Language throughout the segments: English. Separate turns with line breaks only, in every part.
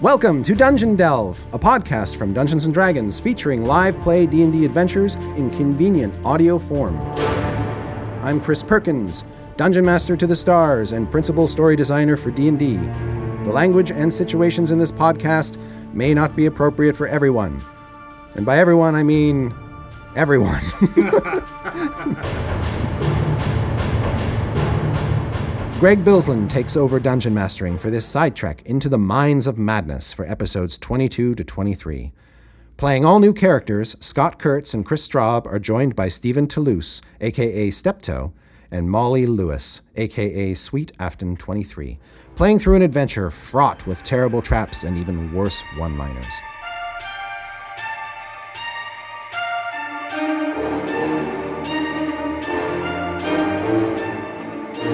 Welcome to Dungeon Delve, a podcast from Dungeons and Dragons featuring live play D&D adventures in convenient audio form. I'm Chris Perkins, Dungeon Master to the Stars and Principal Story Designer for D&D. The language and situations in this podcast may not be appropriate for everyone. And by everyone, I mean everyone. Greg Bilsland takes over dungeon mastering for this sidetrack into the Mines of Madness for episodes 22 to 23. Playing all new characters, Scott Kurtz and Chris Straub are joined by Stephen Toulouse, aka Steptoe, and Molly Lewis, aka Sweet Afton 23, playing through an adventure fraught with terrible traps and even worse one liners.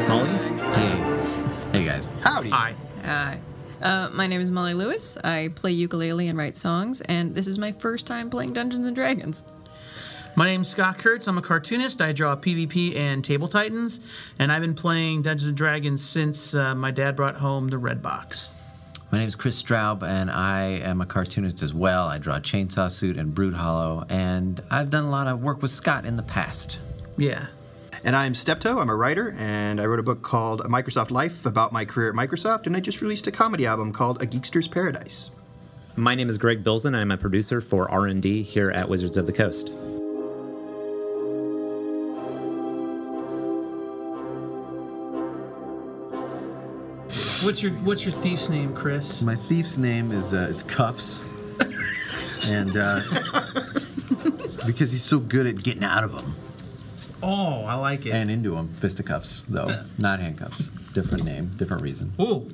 Molly? Hey. Hey guys.
Howdy. Hi.
Hi. Uh, my name is Molly Lewis. I play ukulele and write songs, and this is my first time playing Dungeons and Dragons.
My name's Scott Kurtz. I'm a cartoonist. I draw PvP and Table Titans, and I've been playing Dungeons and Dragons since uh, my dad brought home the red box.
My name's Chris Straub, and I am a cartoonist as well. I draw Chainsaw Suit and Brood Hollow, and I've done a lot of work with Scott in the past.
Yeah.
And I'm Steptoe. I'm a writer, and I wrote a book called Microsoft Life about my career at Microsoft, and I just released a comedy album called A Geekster's Paradise.
My name is Greg Bilzen. I'm a producer for R&D here at Wizards of the Coast.
What's your What's your thief's name, Chris?
My thief's name is uh, is Cuffs, and uh, because he's so good at getting out of them
Oh, I like it.
and into them, fisticuffs though, not handcuffs. Different name, different reason.
Ooh.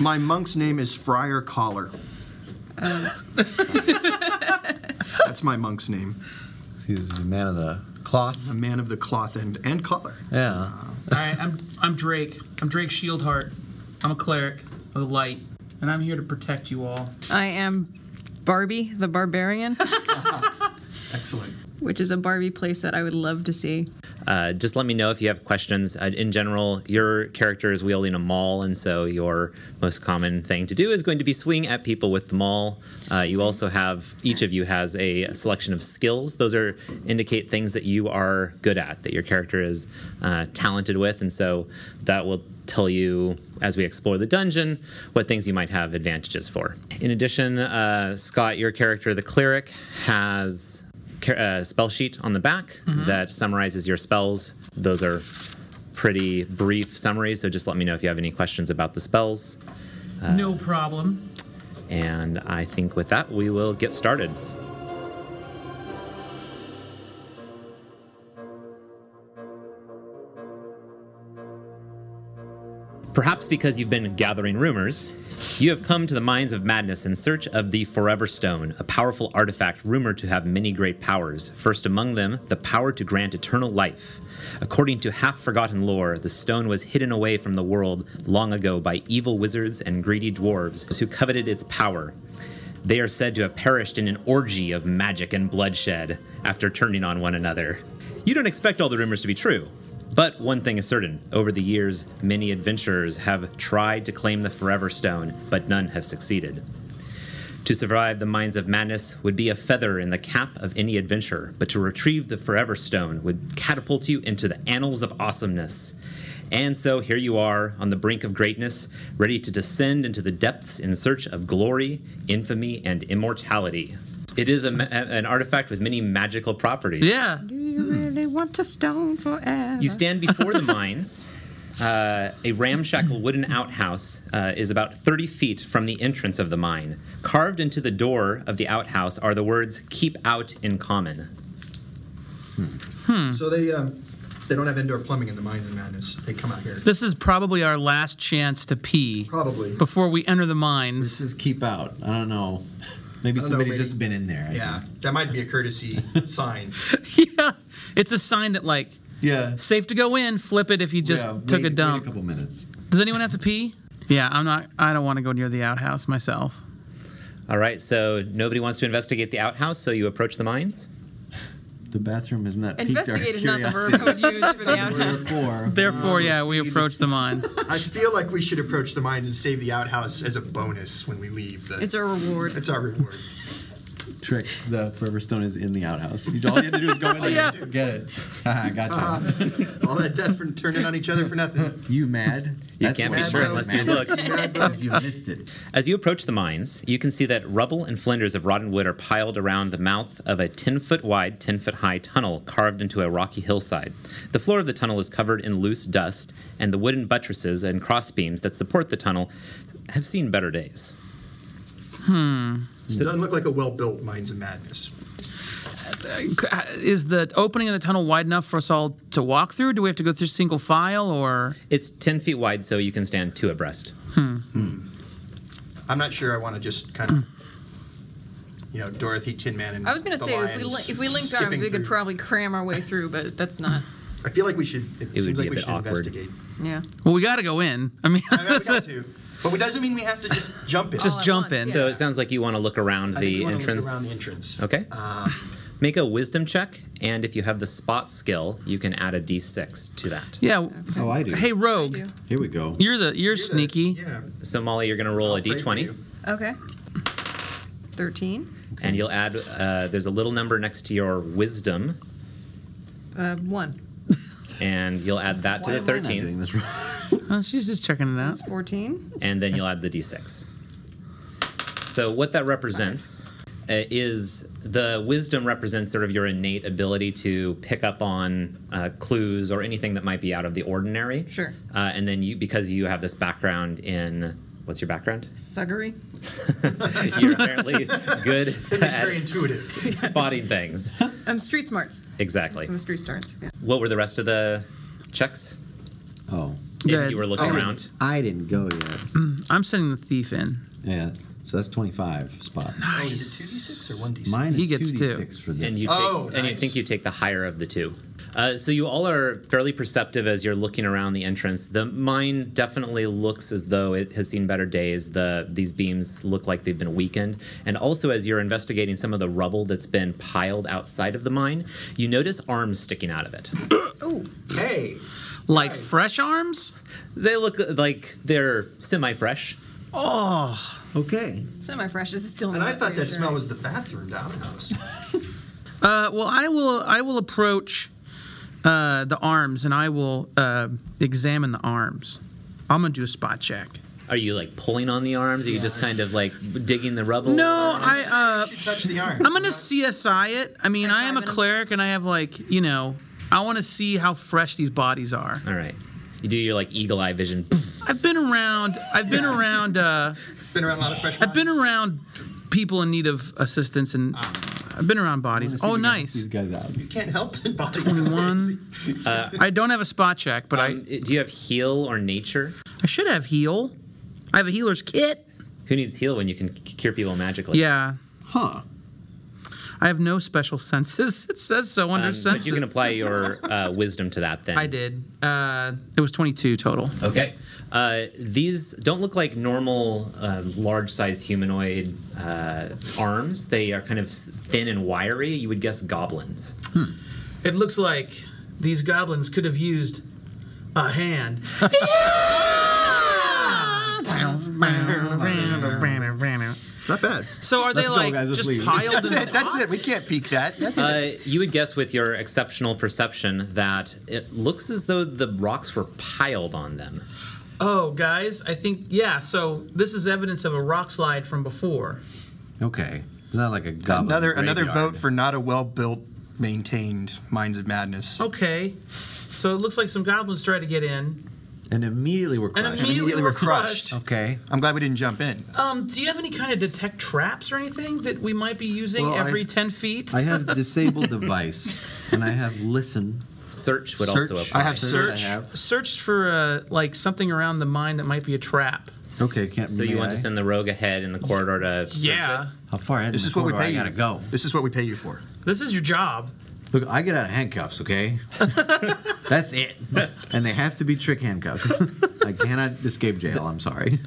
My monk's name is Friar Collar. That's my monk's name.
He's the man of the cloth.
A man of the cloth and, and collar.
Yeah.
All right. I'm I'm Drake. I'm Drake Shieldheart. I'm a cleric of the light, and I'm here to protect you all.
I am Barbie the Barbarian,
Excellent.
which is a Barbie playset I would love to see.
Uh, just let me know if you have questions. Uh, in general, your character is wielding a maul, and so your most common thing to do is going to be swing at people with the maul. Uh, you also have each of you has a selection of skills. Those are indicate things that you are good at, that your character is uh, talented with, and so that will tell you as we explore the dungeon what things you might have advantages for. In addition, uh, Scott, your character, the cleric, has ca- uh, spell sheet on the back that summarizes your spells. Those are pretty brief summaries, so just let me know if you have any questions about the spells.
no problem.
And I think with that, we will get started. Perhaps because you've been gathering rumors, you have come to the Mines of Madness in search of the Forever Stone, a powerful artifact rumored to have many great powers, first among them, the power to grant eternal life. According to half forgotten lore, the stone was hidden away from the world long ago by evil wizards and greedy dwarves who coveted its power. They are said to have perished in an orgy of magic and bloodshed after turning on one another. You don't expect all the rumors to be true, but one thing is certain over the years, many adventurers have tried to claim the Forever Stone, but none have succeeded. To survive the Mines of Madness would be a feather in the cap of any adventurer, but to retrieve the Forever Stone would catapult you into the annals of awesomeness. And so here you are, on the brink of greatness, ready to descend into the depths in search of glory, infamy, and immortality. It is a ma- an artifact with many magical properties.
Yeah.
Do you really want to stone forever?
You stand before the mines. Uh, a ramshackle wooden outhouse uh, is about 30 feet from the entrance of the mine. Carved into the door of the outhouse are the words "Keep out in common."
So they um, they don't have indoor plumbing in the Mines of Madness. They come out here.
This is probably our last chance to pee
Probably.
before we enter the mines.
This is keep out. I don't know. Maybe
I don't know,
somebody's
maybe-
just been in there. I
Yeah,
think.
that might be a courtesy sign.
yeah. It's a sign that like
Yeah.
safe to go in. Flip it if you just
Yeah,
took
wait-
a dump.
Wait a couple minutes.
Does anyone have to pee? Yeah, I'm not. I don't want to go near the outhouse myself.
All right, so nobody wants to investigate the outhouse, so you approach the mines.
The bathroom has not piqued our
Investigate is not the verb
curiosity.
I would use for the outhouse.
Therefore,
Therefore, yeah, we approach the mines.
I feel like we should approach the mines and save the outhouse as a bonus when we leave. The,
It's our reward.
it's our reward.
trick. The Forever Stone is in the outhouse. You- All you have to do is go in there and get it. Haha,
Uh-huh.
gotcha.
All that death from turning on each other for nothing.
You mad?
You can't be
what-
sure unless you look.
Because you missed it.
As you approach the mines, you can see that rubble and flinders of rotten wood are piled around the mouth of a 10 foot wide, 10 foot high tunnel carved into a rocky hillside. The floor of the tunnel is covered in loose dust, and the wooden buttresses and crossbeams that support the tunnel have seen better days.
It doesn't look like a well-built Mines of Madness.
Is the opening of the tunnel wide enough for us all to walk through? Do we have to go through single file or?
It's 10 feet wide, so you can stand two abreast.
I'm not sure. I want to just kind of, you know, Dorothy Tin Man and
I was gonna
the
say if we
lions
li- if we linked arms,
skipping
we could
through.
probably cram our way through, but that's not.
I feel like we should. It,
would
seems
be
like
a
we
bit
should
awkward.
investigate.
Yeah.
Well, we got to go in. I mean,
I mean, we got to, but it doesn't mean we have to just jump in.
just
at
jump
once,
in.
So it sounds like you want to look around
I think
the
we wanna look
entrance.
around the entrance. Uh,
Okay. Make a wisdom check, and if you have the spot skill, you can add a d6 to that.
Yeah.
Oh, I do.
Hey, Rogue,
do.
Here we go.
you're the you're, sneaky.
Yeah.
So Molly, you're going to roll a
pray for
d20,
you.
Okay. Thirteen.
and you'll add. Uh, there's a little number next to your wisdom,
Uh, one.
and you'll add that to the 13,
Oh, she's just checking it out.
It's fourteen.
and then you'll add the d6. So what that represents uh, is the wisdom represents sort of your innate ability to pick up on uh, clues or anything that might be out of the ordinary.
Sure.
Uh, and then you, because you have this background in, what's your background?
Thuggery.
You're apparently good
It's very
at
intuitive.
spotting things.
I'm Um, street smarts.
Exactly.
Some street smarts. Yeah.
What were the rest of the checks?
Oh,
If
Good.
you were looking around,
I didn't go yet.
I'm sending the thief in.
Yeah. So that's 25 spot.
Nice. Or one d6.
Mine is
He gets
2d6 for this.
and you take,
Oh,
and you
nice.
think you take the higher of the two. Uh, so you all are fairly perceptive as you're looking around the entrance. The mine definitely looks as though it has seen better days. The these beams look like they've been weakened, and also as you're investigating some of the rubble that's been piled outside of the mine, you notice arms sticking out of it.
Hey,
Like fresh arms?
They look like they're semi-fresh.
okay.
Semi-fresh is still.
and
not
I thought that
reassuring.
smell was the bathroom downhouse.
Uh, well, I will I will approach uh, the arms and I will uh, examine the arms. I'm gonna do a spot check.
Are you like pulling on the arms? Are you just kind of like digging the rubble?
No, I uh,
Touch the iron.
I'm gonna CSI it. I mean, I am a
High-fiving 'em.
cleric and I have like you know I want to see how fresh these bodies are.
All right. You do your like eagle eye vision.
I've been around. I've been around. Uh,
been around a lot of fresh.
I've been around people in need of assistance and I've been around
Let's see
bodies.
if we
Oh,
can help
nice.
These guys out.
You can't help the body.
One. I don't have a spot check, but
Um, do you have heal or nature?
I, I should have heal. I have a healer's kit.
Who needs heal when you can c- cure people magically?
Yeah.
Huh.
I have no special senses. It says so under
Um, but
senses.
you can apply your uh, wisdom to that then.
I did. Uh, it was 22 total.
Okay. Uh, these don't look like normal um, large size humanoid uh, arms. They are kind of s- thin and wiry. You would guess goblins.
It looks like these goblins could have used a hand.
It's not bad.
so are they
Let's go,
like
guys, let's
just
leave.
piled
That's
in
it. That's it. We can't peek that. That's it.
Uh, you would guess with your exceptional perception that it looks as though the rocks were piled on them.
Oh, guys, I think yeah. So this is evidence of a rock slide from before.
Okay. It's not like a goblin.
Another another
graveyard.
vote for not a well-built, maintained Mines of Madness.
Okay, so it looks like some goblins tried to get in,
And immediately we're
and
crushed.
immediately,
Immediately
were
were crushed. Oh.
crushed.
okay.
I'm glad we didn't jump in.
Um, do you have any kind of detect traps or anything that we might be using
Well, I-
every ten feet?
I have disabled device, and I have listen.
Search would also
Search.
apply.
I have search.
I have.
Search for uh, like something around the mine that might be a trap.
Okay. Can't,
So you
may
want
I?
to send the rogue ahead in the corridor to search it?
How far ahead?
This
in
is
the
what we
corridor
pay you.
I gotta go.
This is what we pay you for.
This is your job.
Look, I get out of handcuffs. Okay. That's it. and they have to be trick handcuffs. I cannot escape jail. I'm sorry.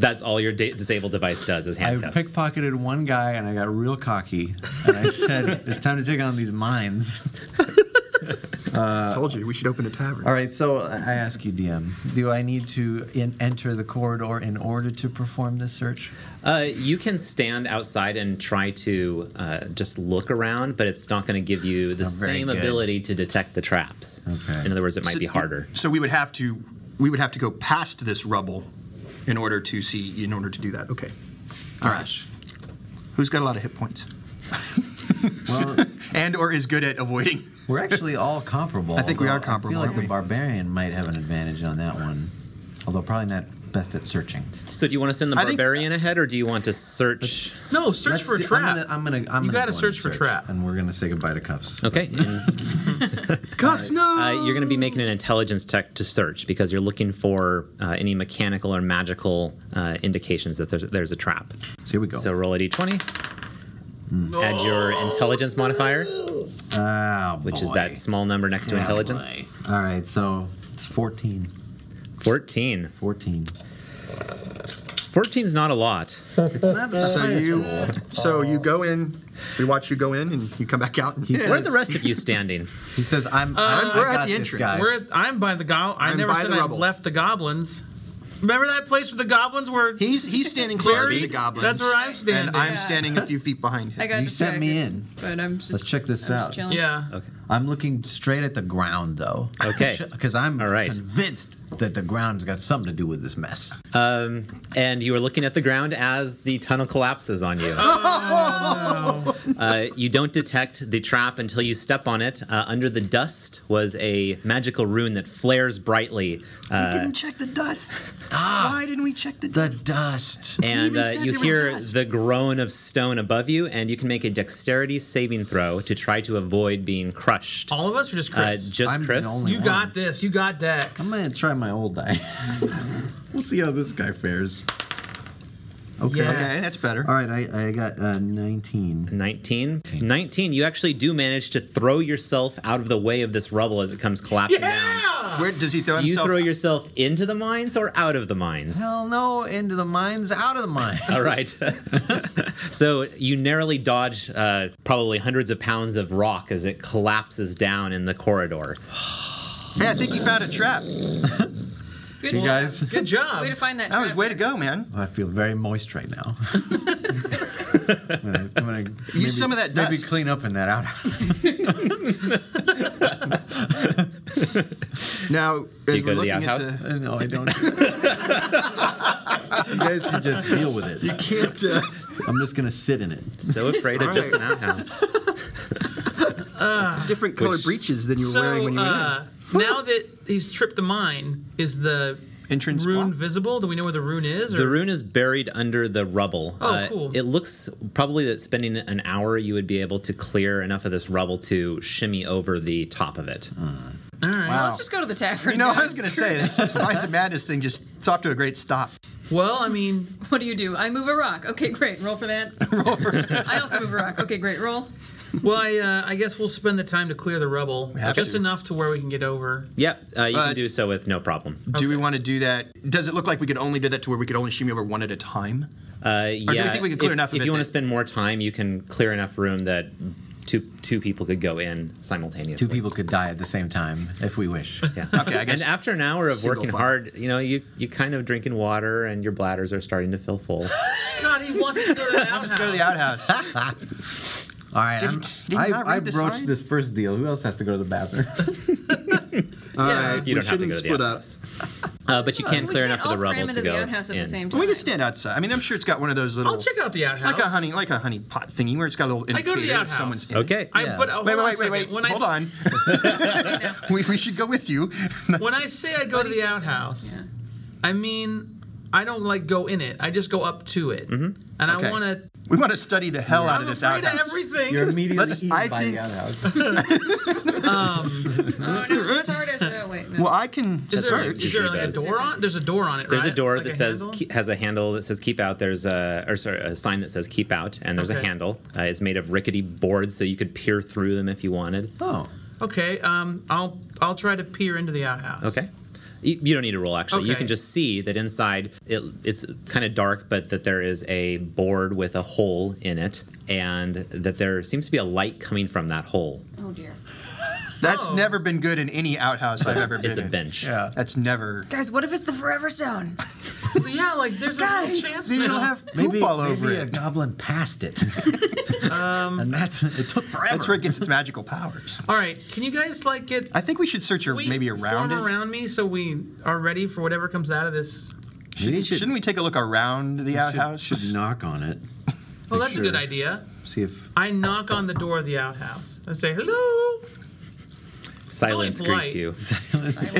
That's all your da- disabled device does is
I
hand taps.
pickpocketed one guy and I got real cocky. And I said, it's time to take on these mines.
Told you, we should open a tavern.
All right, so I ask you, DM, do I need to in- enter the corridor in order to perform this search?
Uh, you can stand outside and try to uh, just look around, but it's not going to give you the
Oh, very
same
good.
ability to detect the traps.
Okay.
In other words, it might
So-
be harder.
So we would have to we would have to go past this rubble in order to see in order to do that. Okay. All right. Who's got a lot of hit points?
Well,
And or is good at avoiding.
we're actually all comparable.
I think we are
although
comparable,
I feel
aren't we?
like the barbarian might have an advantage on that one, although probably not best at searching.
So, do you want to send the
I think-
barbarian ahead, or do you want to search?
No, search
Let's
for a
do-
trap.
I'm gonna. I'm gonna I'm
You
gonna
gotta
go in
search
and
for trap.
and we're gonna say goodbye to cuffs.
Okay.
Cuffs,
Uh,
no.
you're going to be making an intelligence check to search because you're looking for uh, any mechanical or magical uh, indications that there's, there's a trap.
So here we go.
So roll a d20, add your intelligence modifier,
Ah,
which is
boy.
that small number next to
Oh,
intelligence.
All right, so it's 14.
14.
14.
14's not a lot.
Uh, So you so you go in, we watch you go in and you come back out and
Where are the rest of you standing?
He says, "I'm.
I'm- we're
I
at
got
the
this,
entrance.
guys."
We're, I'm by the go. I
I'm
never
by
said
the
I
rubble.
left the goblins. Remember that place where the goblins were?
He's he's standing close to the
Buried?
goblins.
That's where I'm standing.
And I'm
Yeah.
standing a few feet behind him.
I got
You sent me
distracted, but I'm just.
Let's check this
I'm just
out.
chilling.
yeah.
I'm looking straight at the ground, though.
Okay.
Because I'm
All right.
convinced that the ground's got something to do with this mess.
Um, and you are looking at the ground as the tunnel collapses on you.
Oh.
Uh, you don't detect the trap until you step on it. Uh, under the dust was a magical rune that flares brightly, uh,
we didn't check the dust. Why didn't we check the
Ah. The
dust?
dust.
and
even
uh,
said
you
there was
hear
dust.
the groan of stone above you. And you can make a dexterity saving throw to try to avoid being crushed.
All of us are just
Uh,
Chris.
just
Oh, I'm the
Chris.
only
you got this. You got Dex.
I'm gonna try my old die. we'll see how this guy fares. Okay.
Yes.
Okay, that's better.
All right, I, I got uh, 19.
19. 19. You actually do manage to throw yourself out of the way of this rubble as it comes collapsing down.
Where does he throw
Do you
himself?
throw yourself into the mines or out of the mines?
Hell no, into the mines, out of the mine.
All right. so you narrowly dodge uh, probably hundreds of pounds of rock as it collapses down in the corridor.
hey, I think you found a trap.
Good
You
job.
guys.
Good job.
Way to find that.
That was
trap.
way to go, man.
I feel very moist right now. I'm gonna, I'm gonna use
some of that
Maybe
dust.
clean up in that outhouse.
Now, as
you
we're
go to the
looking at
outhouse?
the-
no, I don't. you guys should just deal with it.
you can't. Uh,
I'm just gonna sit in it.
So afraid of just an outhouse.
uh, different color breeches than you were wearing
So
when you went in.
uh, now that he's tripped the mine, is the
Entrance
rune
block.
visible? Do we know where the rune is? Or?
The rune is buried under the rubble. Uh,
Oh, cool.
It looks probably that spending an hour you would be able to clear enough of this rubble to shimmy over the top of it.
Mm.
All right.
Wow.
Let's just go to the tavern.
You know, I was
guys.
going to say this, this Minds of Madness thing just it's off to a great stop.
Well, I mean,
What do you do? I move a rock. Okay, great. Roll for that. I also move a rock. Okay, great. Roll.
well, I, uh, I guess we'll spend the time to clear the rubble,
have
just
to.
enough to where we can get over.
Yep, uh, you
Uh,
can do so with no problem.
Do we want to do that? Does it look like we could only do that to where we could only shimmy over one at a time?
Uh, yeah,
do you think we can clear
if,
enough of
if
it
you want to
that-
spend more time, you can clear enough room that two two people could go in simultaneously.
Two people could die at the same time if we wish.
Yeah.
Okay, I guess
And after an hour of
single
working
file.
hard, you know, you you kind of drinking water and your bladders are starting to fill full.
God, he wants to go to the outhouse.
Let's go to the outhouse.
All right, I'm,
Didn't- did you
I,
not read
I
the
broached
sign?
this first deal. Who else has to go to the bathroom?
yeah.
You
We
don't have to
shouldn't
go to the
split up.
outhouse. Uh, but you can
we
clear
can't
enough of
all
the
cram
rubble
into
to
the
go
outhouse at
in.
the same time.
we can stand outside. I mean, I'm sure it's got one of those little.
I'll check out the outhouse.
Like a honey, like a honey pot thingy where it's got a little
I
indicator
go to the
if
outhouse.
someone's in it.
Okay.
I, but, uh,
Wait, wait,
hold on a
wait,
second.
wait,
When
wait.
I
Hold
s-
on. we, we should go with you.
When I say I go to
Buddy
the
system.
outhouse,
Yeah. Oh,
I mean I don't like go in it. I just go up to it, and I
Mm-hmm. Okay.
want to.
We want to study the hell out
I'm
of this
afraid of
outhouse.
everything.
You're immediately
Let's-
eaten
I
by
think-
the outhouse.
Oh, no, it's TARDIS. Oh, wait. No.
Well, I can
Is there,
search.
is there like a
does.
door on? There's a door on it.
There's a
right?
door
Like
that
a
says
handle?
ke- has a handle that says keep out. There's a or sorry, a sign that says keep out, and there's a
Okay.
handle. Uh, it's made of rickety boards, so you could peer through them if you wanted.
Oh,
Okay, um, I'll I'll try to peer into the outhouse.
Okay. You you don't need to roll actually. You
Okay.
can just see that inside it, it's kind of dark, but that there is a board with a hole in it, and that there seems to be a light coming from that hole.
Oh dear.
That's
Oh.
never been good in any outhouse I've ever been
It's a
in.
bench.
Yeah. That's never.
Guys, what if it's the Forever Stone?
But yeah, like there's a real
Guys.
chance.
Then
now.
you'll have poop
Maybe,
all over
maybe a
it.
goblin passed it. um, and that's it took forever.
That's where it gets its magical powers.
All right, can you guys like get
I think we should search a,
we
maybe around it.
form around me so we are ready for whatever comes out of this?
Maybe you should,
Shouldn't we take a look around the outhouse?
Should, should knock on it.
Well, that's a good
Sure.
idea.
See if
I knock on the door of the outhouse. I say hello.
Silence
only
greets
polite.
you.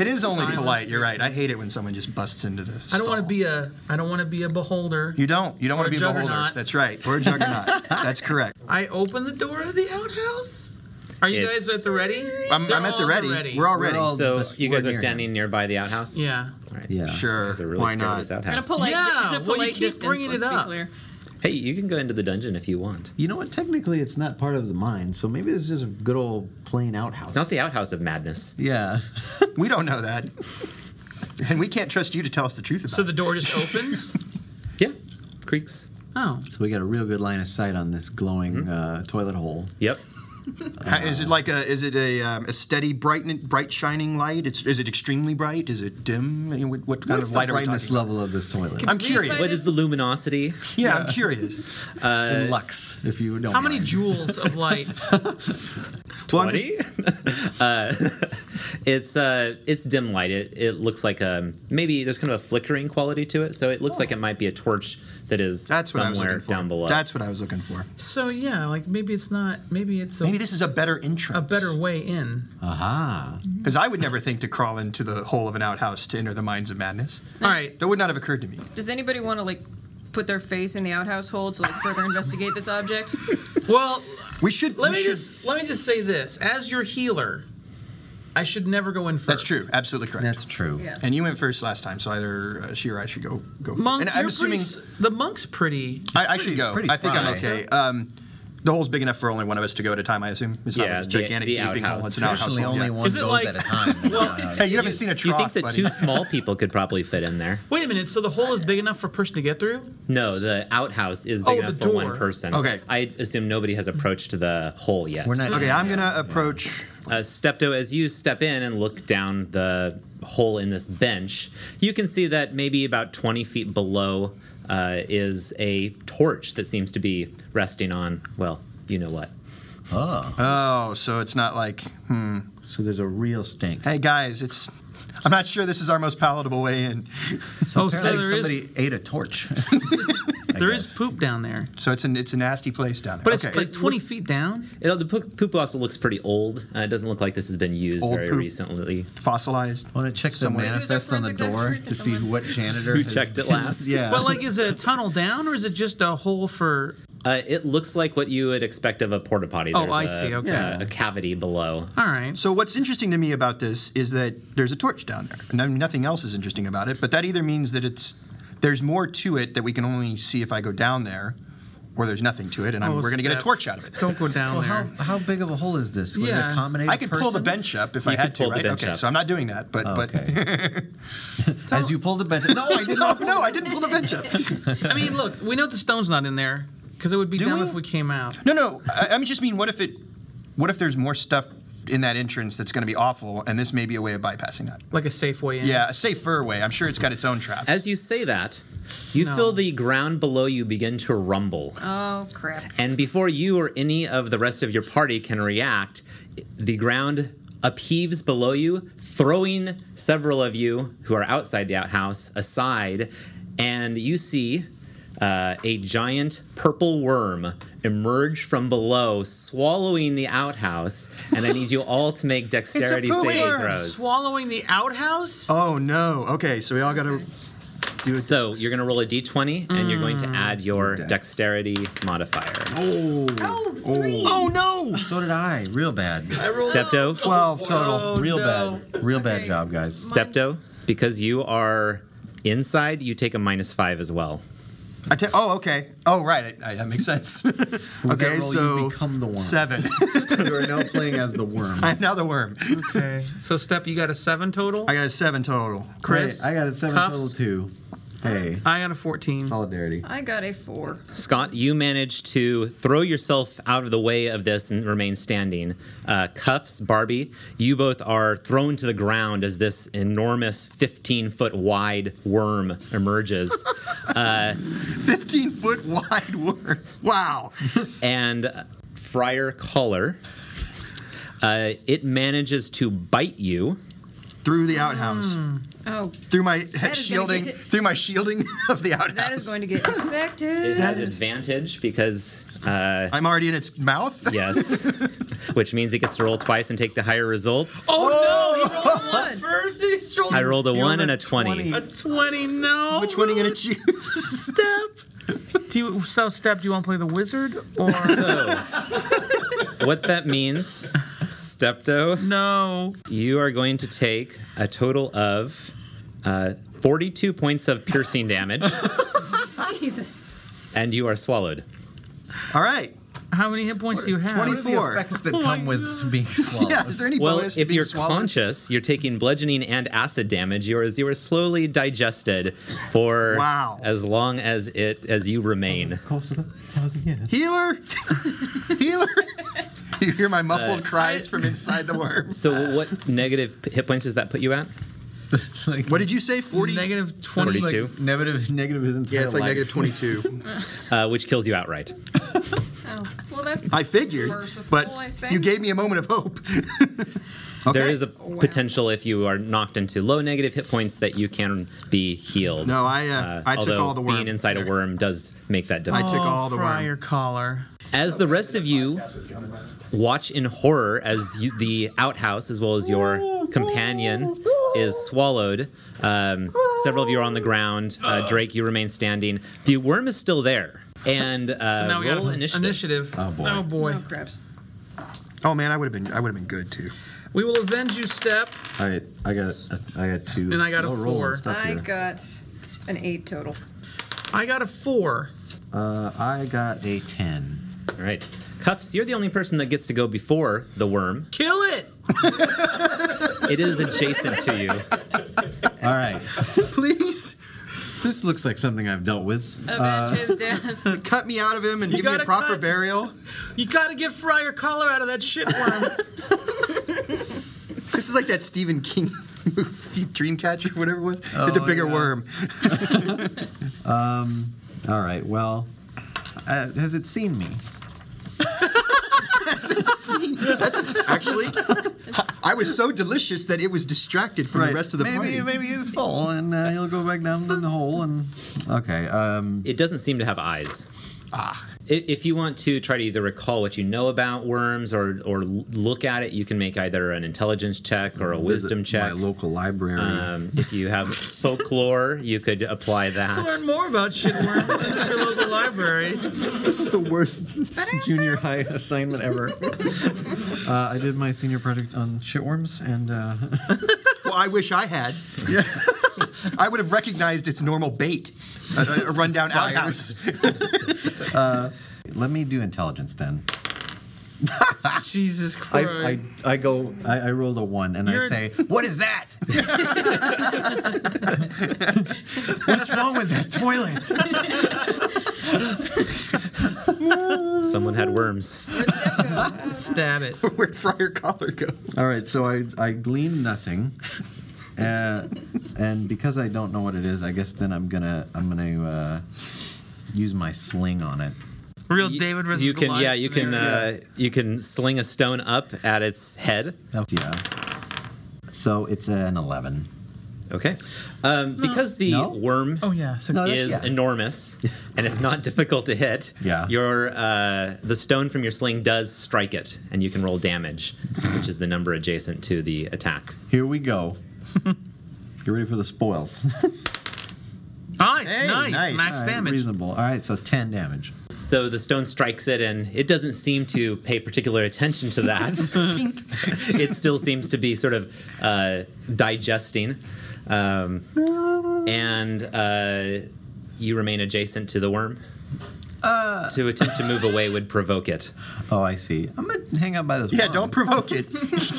It is only
Silence.
polite. You're right. I hate it when someone just busts into the.
I don't want to
stall.
be a I don't want to be a beholder.
You don't. You don't want
a
to be a beholder.
juggernaut.
That's right. Or a juggernaut. That's correct.
I open the door of the outhouse. Are you
It-
guys at the ready?
I'm,
They're
I'm at
all
the ready. We're all
We're
ready.
all-
So
We're
you guys are
near him.
standing nearby the outhouse.
yeah.
All right.
yeah.
sure.
Guys are really
Why
scared of
not?
this
At a
outhouse.
polite,
Yeah,
at a
well, you
polite
keep
distance,
bringing it
let's
up.
be clear.
Hey, you can go into the dungeon if you want.
You know what? Technically, it's not part of the mine, so maybe this is just a good old plain outhouse.
It's not the outhouse of madness.
Yeah.
We don't know that. And we can't trust you to tell us the truth about
So the
it.
door just opens.
Yeah. Creaks.
oh.
So we got a real good line of sight on this glowing uh, toilet hole.
Yep.
Ha- Is it like a? Is it a, um, a steady, bright, bright shining light? It's, is it extremely bright? Is it dim? I mean, What, what kind
What's
of
the
light are we
brightness
talking?
level of this toilet?
I'm curious.
What is the luminosity?
Yeah, I'm curious.
In lux, if you don't.
How many
mind.
joules of light?
Well, I'm-
20 uh, it's uh it's dim light it, it looks like um maybe there's kind of a flickering quality to it so it looks like it might be a torch that is
That's what I was
somewhere
looking for.
down below
That's what I was looking for.
so yeah, like maybe it's not. Maybe it's a,
Maybe this is a better
a
entrance.
better way in.
Ah.
Aha.
Because I would never think to crawl into the hole of an outhouse to enter the mines of madness.
All right.
That would not have occurred to me.
Does anybody want to like put their face in the outhouse hole to like further investigate this object?
Well,
We should.
let
we
me
should-
just let me just say this: as your healer, I should never go in first.
That's true. Absolutely correct.
That's true.
Yeah.
and you went first last time, so either uh, she or I should go. go
Monk,
and
you're
I'm assuming
pretty, s- the monk's pretty.
I, I should go.
pretty
I think I'm
fry.
okay. Um, the hole's big enough for only one of us to go at a time, I assume. It's not
Yeah,
like it's
the-
gigantic
the
gaping hole.
outhouse.
It's an outhouse
Actually,
hole.
only
yeah.
one
Is it
goes
like-
at a time.
Well,
Hey, you haven't seen a
you
trough,
think that
buddy.
two small people could probably fit in there
wait a minute. So the hole is big enough for a person to get through?
no the outhouse is big
Oh,
enough
the
for one
door.
person
Okay.
i assume nobody has approached the hole yet
We're not.
okay, I'm gonna approach.
uh, Stepto, as you step in and look down the hole in this bench, you can see that maybe about 20 feet below uh, is a torch that seems to be resting on, well, you know what.
Oh.
Oh, so it's not like, hmm.
So there's a real stink.
Hey guys, it's. I'm not sure this is our most palatable way in.
oh, so
Apparently
there is
somebody ate a torch.
there is poop down there,
So it's an it's a nasty place down there.
but
okay.
it's like 20
looks-
feet down.
You know, the poop, poop also looks pretty old. Uh, it doesn't look like this has been used
Old
very
poop.
recently.
fossilized.
Want to check the
Someone-
manifest
Who's our
on the
forensics
door
expert?
to see
Someone-
what janitor
Who
has
checked it
been-
last?
Uh,
Yeah.
But like, is it a tunnel down or is it just a hole for?
Uh, it looks like what you would expect of a porta potty.
Oh,
There's
I
a-
see, okay.
uh, a cavity below.
All right.
So what's interesting to me about this is that there's a torch down there, and I mean, nothing else is interesting about it. But that either means that it's there's more to it that we can only see if I go down there, or there's nothing to it, and I'm,
Oh,
um, we're going to get a
Steph,
torch out of it.
Don't go down
Well,
there.
how, how big of a hole is this? Would
Yeah.
it accommodate
I
a
could pull the
person?
bench up if I
You
had
could
to,
pull the
right?
bench
okay,
up.
so I'm not doing that, but but
Okay. As you pull the bench, no, I did
no,
not.
no, I didn't pull the bench up.
I mean, look, we know the stone's not in there because it would be
Do
dumb
we?
if we came out.
No, no, I, I mean, just mean what if it, what if there's more stuff in that entrance that's going to be awful, and this may be a way of bypassing that.
Like a safe way in.
Yeah, a safer way. I'm sure it's got its own trap.
As you say that, you
No.
feel the ground below you begin to rumble.
Oh crap!
And before you or any of the rest of your party can react, the ground upheaves below you, throwing several of you who are outside the outhouse aside. And you see uh, a giant purple worm emerge from below, swallowing the outhouse. And I need you all to make dexterity
poop
saving
worm.
throws.
Swallowing the outhouse?
Oh no. Okay, so we all got to do it.
so you're going to roll a d20, and you're
Mm.
going to add your dexterity modifier.
Oh, three.
Oh no.
So did I. Real bad.
Stepto,
Twelve total.
Real bad. Real bad
Okay.
job, guys.
Stepto, because you are inside, you take a minus five as well.
I ta- oh, okay. Oh, right. I, I, that makes sense. okay,
roll, you
so
become the worm.
seven.
you are now playing as the worm.
I'm now the worm.
Okay. So, Step, you got a seven total?
I got a seven total.
Chris?
Wait, I got a seven
Cuffs?
total too. Hey,
I got a 14.
solidarity.
I got a four.
Scott, you managed to throw yourself out of the way of this and remain standing. Uh, Cuffs, Barbie, you both are thrown to the ground as this enormous 15 foot wide worm emerges.
Fifteen foot wide worm. Wow.
and Friar Collar, uh, it manages to bite you.
Through the outhouse.
Oh,
Through my
gonna
shielding.
get-
Through my shielding of the outhouse.
that is going to get
It
affected.
has advantage because, uh,
I'm already in its mouth.
yes, which means he gets to roll twice and take the higher result.
Oh,
Oh!
First, he's rolled
I rolled a 1
rolled
and
a
a 20.
Oh, a 20. No.
Which one are you gonna choose?
Step. Do you, so, Step, do you want to play the wizard or
So, what that means, Stepto,
no?
you are going to take a total of uh, 42 points of piercing damage, and you are swallowed.
All right.
How many hit points do you have?
20 Four.
The effects that
Oh
come
my
with being swallowed.
Yeah. Is there any
Well,
bonus to
if
being
you're
swallowed?
conscious, you're taking bludgeoning and acid damage. You are, you are slowly digested for
Wow. Oh
as long as it as you remain.
Cost of a thousand years.
Healer. Healer. You hear my muffled cries from inside the worm.
So, what negative p- hit points does that put you at?
It's like
What did you say? Forty.
Negative 20.
it's like
42,
negative, negative is entire
yeah, it's like
life.
negative twenty-two.
uh, which kills you outright.
Oh, well, that's.
I figured,
Merciful,
but
I think.
you gave me a moment of hope.
There is a potential if you are knocked into low negative hit points that you can be healed.
No, I, uh, I took
although
all the worm.
Being inside a
There.
worm does make that
I
difficult.
took all the
oh, Friar
worm.
collar.
As the rest of you watch in horror as you, the outhouse, as well as your companion, is swallowed, um, several of you are on the ground. Uh, Drake, you remain standing. The worm is still there. And uh,
So now we got
roll
to
initiative.
initiative. initiative.
Oh, boy.
Oh boy.
Oh, craps.
Oh man, I would have been I would have been good too.
We will avenge you, Step.
All right, I got, I got two.
And I got a
Slow rolling
four.
stuff
I
here.
got an eight total.
I got a four.
Uh, I got a ten.
All right. Cuffs, you're the only person that gets to go before the worm.
Kill it.
It is adjacent to you.
All right, please. This looks like something I've dealt with.
Avenge his death.
Cut me out of him and give me a
gotta
proper
cut.
burial.
You got to get Friar collar out of that shit worm.
This is like that Stephen King movie, Dreamcatcher, whatever it was. Did
Oh,
the bigger
yeah.
worm.
All right, well, uh, has it seen me?
See, that's actually. I was so delicious that it was distracted from the rest of the
maybe,
party.
Maybe it's full, and uh, he'll go back down in the hole. And okay, um,
It doesn't seem to have eyes. Ah. If you want to try to either recall what you know about worms or or l- look at it, you can make either an intelligence check or a wisdom
visit
check.
My local library.
Um, if you have folklore, you could apply
to learn
that.
more about shit worm, visit your local library.
This is the worst junior high assignment ever. uh, I did my senior project on shitworms, and uh,
Well, I wish I had. I would have recognized its normal bait, a, a rundown outhouse.
let me do intelligence then.
Jesus Christ.
I, I, I go. I, I rolled a one, and
You're-
I say, "What is that? What's wrong with that toilet?"
Someone had worms.
Where'd Steph go? Uh,
Stab it.
Where'd Friar Collar go?
All right, so I I glean nothing, uh, and because I don't know what it is, I guess then I'm gonna I'm gonna uh, use my sling on it.
Real David versus
You can,
Goliath
yeah, you can,
scenario.
uh, you can sling a stone up at its head.
Oh, yeah. So it's an eleven.
Okay, um, because the
Hmm. No.
worm
Oh yeah. So
No, that's-
is
yeah.
enormous and it's not difficult to hit.
Yeah.
Your uh, the stone from your sling does strike it, and you can roll damage, which is the number adjacent to the attack.
Here we go. Get ready for the spoils.
nice,
Hey,
nice,
nice.
Max
All right,
damage.
Reasonable. All right, so ten damage.
So the stone strikes it, and it doesn't seem to pay particular attention to that. it still seems to be sort of uh, digesting, um, and uh, you remain adjacent to the worm? to attempt to move away would provoke it.
Oh, I see. I'm gonna hang out by this.
Yeah,
worm.
don't provoke it.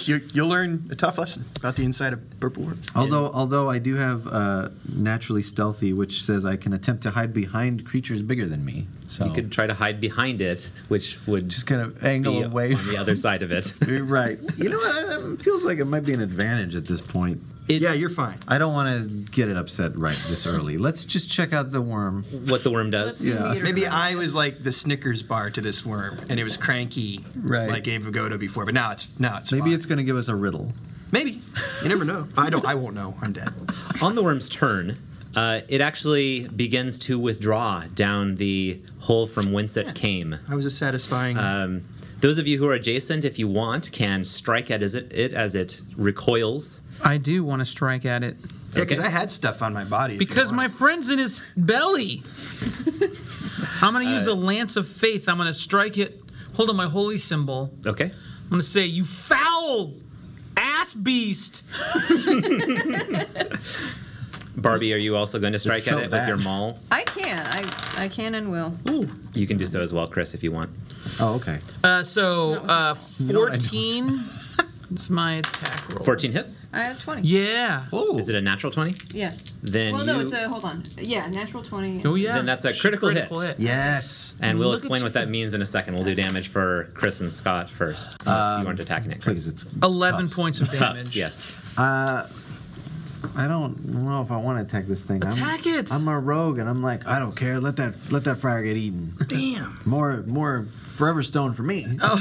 you, you'll learn a tough lesson about the inside of purple worms.
Although, although I do have uh, naturally stealthy, which says I can attempt to hide behind creatures bigger than me. So
You could try to hide behind it, which would
just kind of angle
be
away
on
from
the other side of it.
You're right. You know what? It feels like it might be an advantage at this point.
It's-
Yeah, you're fine.
I don't want to get it upset right this early. Let's just check out the worm.
what the worm does.
Yeah.
Maybe I was like the Snickers bar to this worm, and it was cranky
Right.
like Game of Godo before, but now it's now it's
Maybe
fine.
it's going to give us a riddle.
maybe you never know. I don't. I won't know. I'm dead.
On the worm's turn, uh, it actually begins to withdraw down the hole from whence it came.
I was a satisfying.
Um, those of you who are adjacent, if you want, can strike at as it, it as it recoils.
I do want to strike at it
yeah, because
okay.
I had stuff on my body. if you
because my
want.
friend's in his belly. I'm gonna use a lance of faith. I'm gonna strike it. Hold on, my holy symbol.
Okay.
I'm gonna say, "You foul ass beast!"
Barbie, are you also going to strike at
felt
it with
that.
your maul?
I can. I I can and will.
You can do so as well, Chris, if you want.
Oh, okay.
Uh, so uh,
I don't.
14. It's my attack roll.
14 hits.
I have twenty.
Yeah.
Oh,
Is it a natural 20?
Yes.
Then
well, no,
you-
it's a hold on. Yeah, natural twenty.
Oh yeah.
Then that's a critical hit.
yes.
And we'll
Look at
explain
you.
what that means in a second. We'll do damage for Chris and Scott first, unless you aren't attacking it. Chris.
Please, it's.
11 points of damage.
Puffs, yes.
I don't know if I want to attack this thing.
Attack
I'm,
it!
I'm a rogue, and I'm like, I don't care. Let that let that fryer get eaten.
damn
More more forever stone for me.
more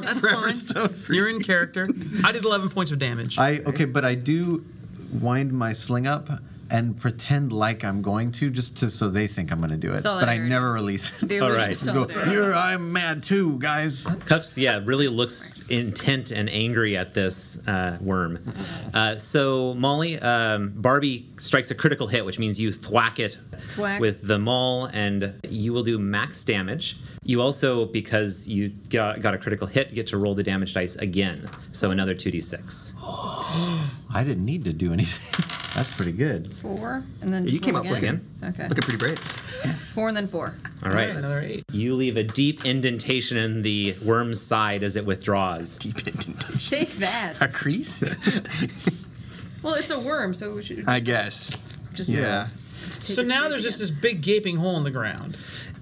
forever
fine.
stone for
You're in character. I did 11 points of damage.
I okay, but I do wind my sling up and pretend like I'm going to, just to so they think I'm going to do it. But I
Solidarity.
never release it.
The
All
original
right.
Go,
soldier.
You're, I'm mad too, guys.
Cuffs, yeah, really looks intent and angry at this uh, worm. Uh, so, Molly, um, Barbie strikes a critical hit, which means you thwack it
Thwack.
with the maul, and you will do max damage. You also, because you got, got a critical hit, get to roll the damage dice again. So, another 2d6.
I didn't need to do anything. That's pretty good.
Four and then
You came
roll
up
again. Okay.
looking pretty brave.
Four and then four.
All right.
Another eight.
You leave a deep indentation in the worm's side as it withdraws.
Deep indentation.
Take that.
A crease?
Well, it's a worm, so we should
I guess.
just
yeah.
So now there's just this big gaping hole in the ground.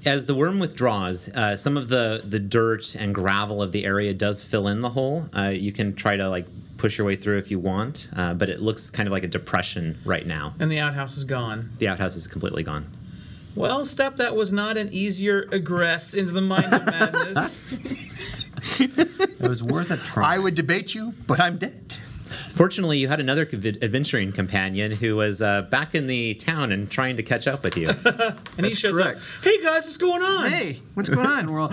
As the worm withdraws, uh, some of the, the dirt and gravel of the area does fill in the hole. Uh, you can try to like push your way through if you want, uh, but it looks kind of like a depression right now.
And the outhouse is gone.
The outhouse is completely gone.
Well, step that was not an easier aggress into the mind of madness.
It was worth a
I
try.
would debate you, but I'm dead.
Fortunately, you had another conv- adventuring companion who was uh, back in the town and trying to catch up with you.
and he shows
correct.
up. Hey guys, what's going on?
Hey, what's going on?
We're all,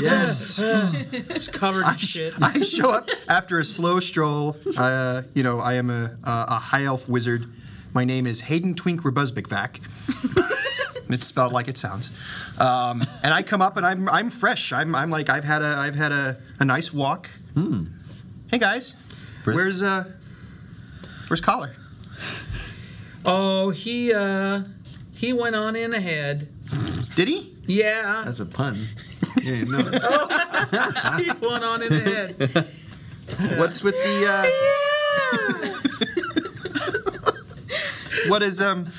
yes.
It's covered in shit.
I show up after a slow stroll. Uh, you know, I am a, a, a high elf wizard. My name is Hayden Twink Rebuzbikvak. it's spelled like it sounds. Um, and I come up and I'm I'm fresh. I'm, I'm like I've had a I've had a, a nice walk. Hey guys, where's uh where's Collar?
Oh, he uh he went on in ahead.
Did he?
Yeah,
that's a pun. Yeah, no.
he went on in ahead.
What's with the? Uh, what is um?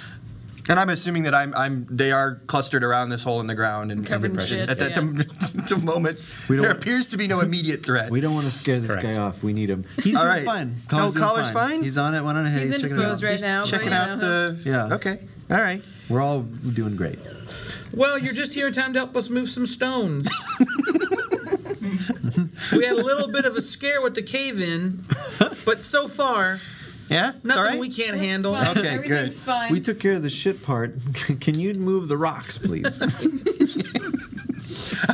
And I'm assuming that I'm I'm they are clustered around this hole in the ground and
Covered in
and
shit,
At that
yeah.
the, the moment,
We don't-
there appears to be no immediate threat.
We don't want to scare this
Correct.
guy off. We need him. He's
All
doing
right.
fine.
No, Collar's fine?
He's on it. One on ahead.
He's
He's, checking it
indisposed
out.
right now. but,
Checking
you
out
know,
the.
Yeah.
Okay. All right.
We're all doing great.
Well, you're just here in time to help us move some stones. we had a little bit of a scare with the cave in, but so far,
Yeah. It's
nothing
all right.
we can't handle.
fine.
uh, Okay,
Everything's
good.
fine.
We took care of the shit part. Can you move the rocks, please?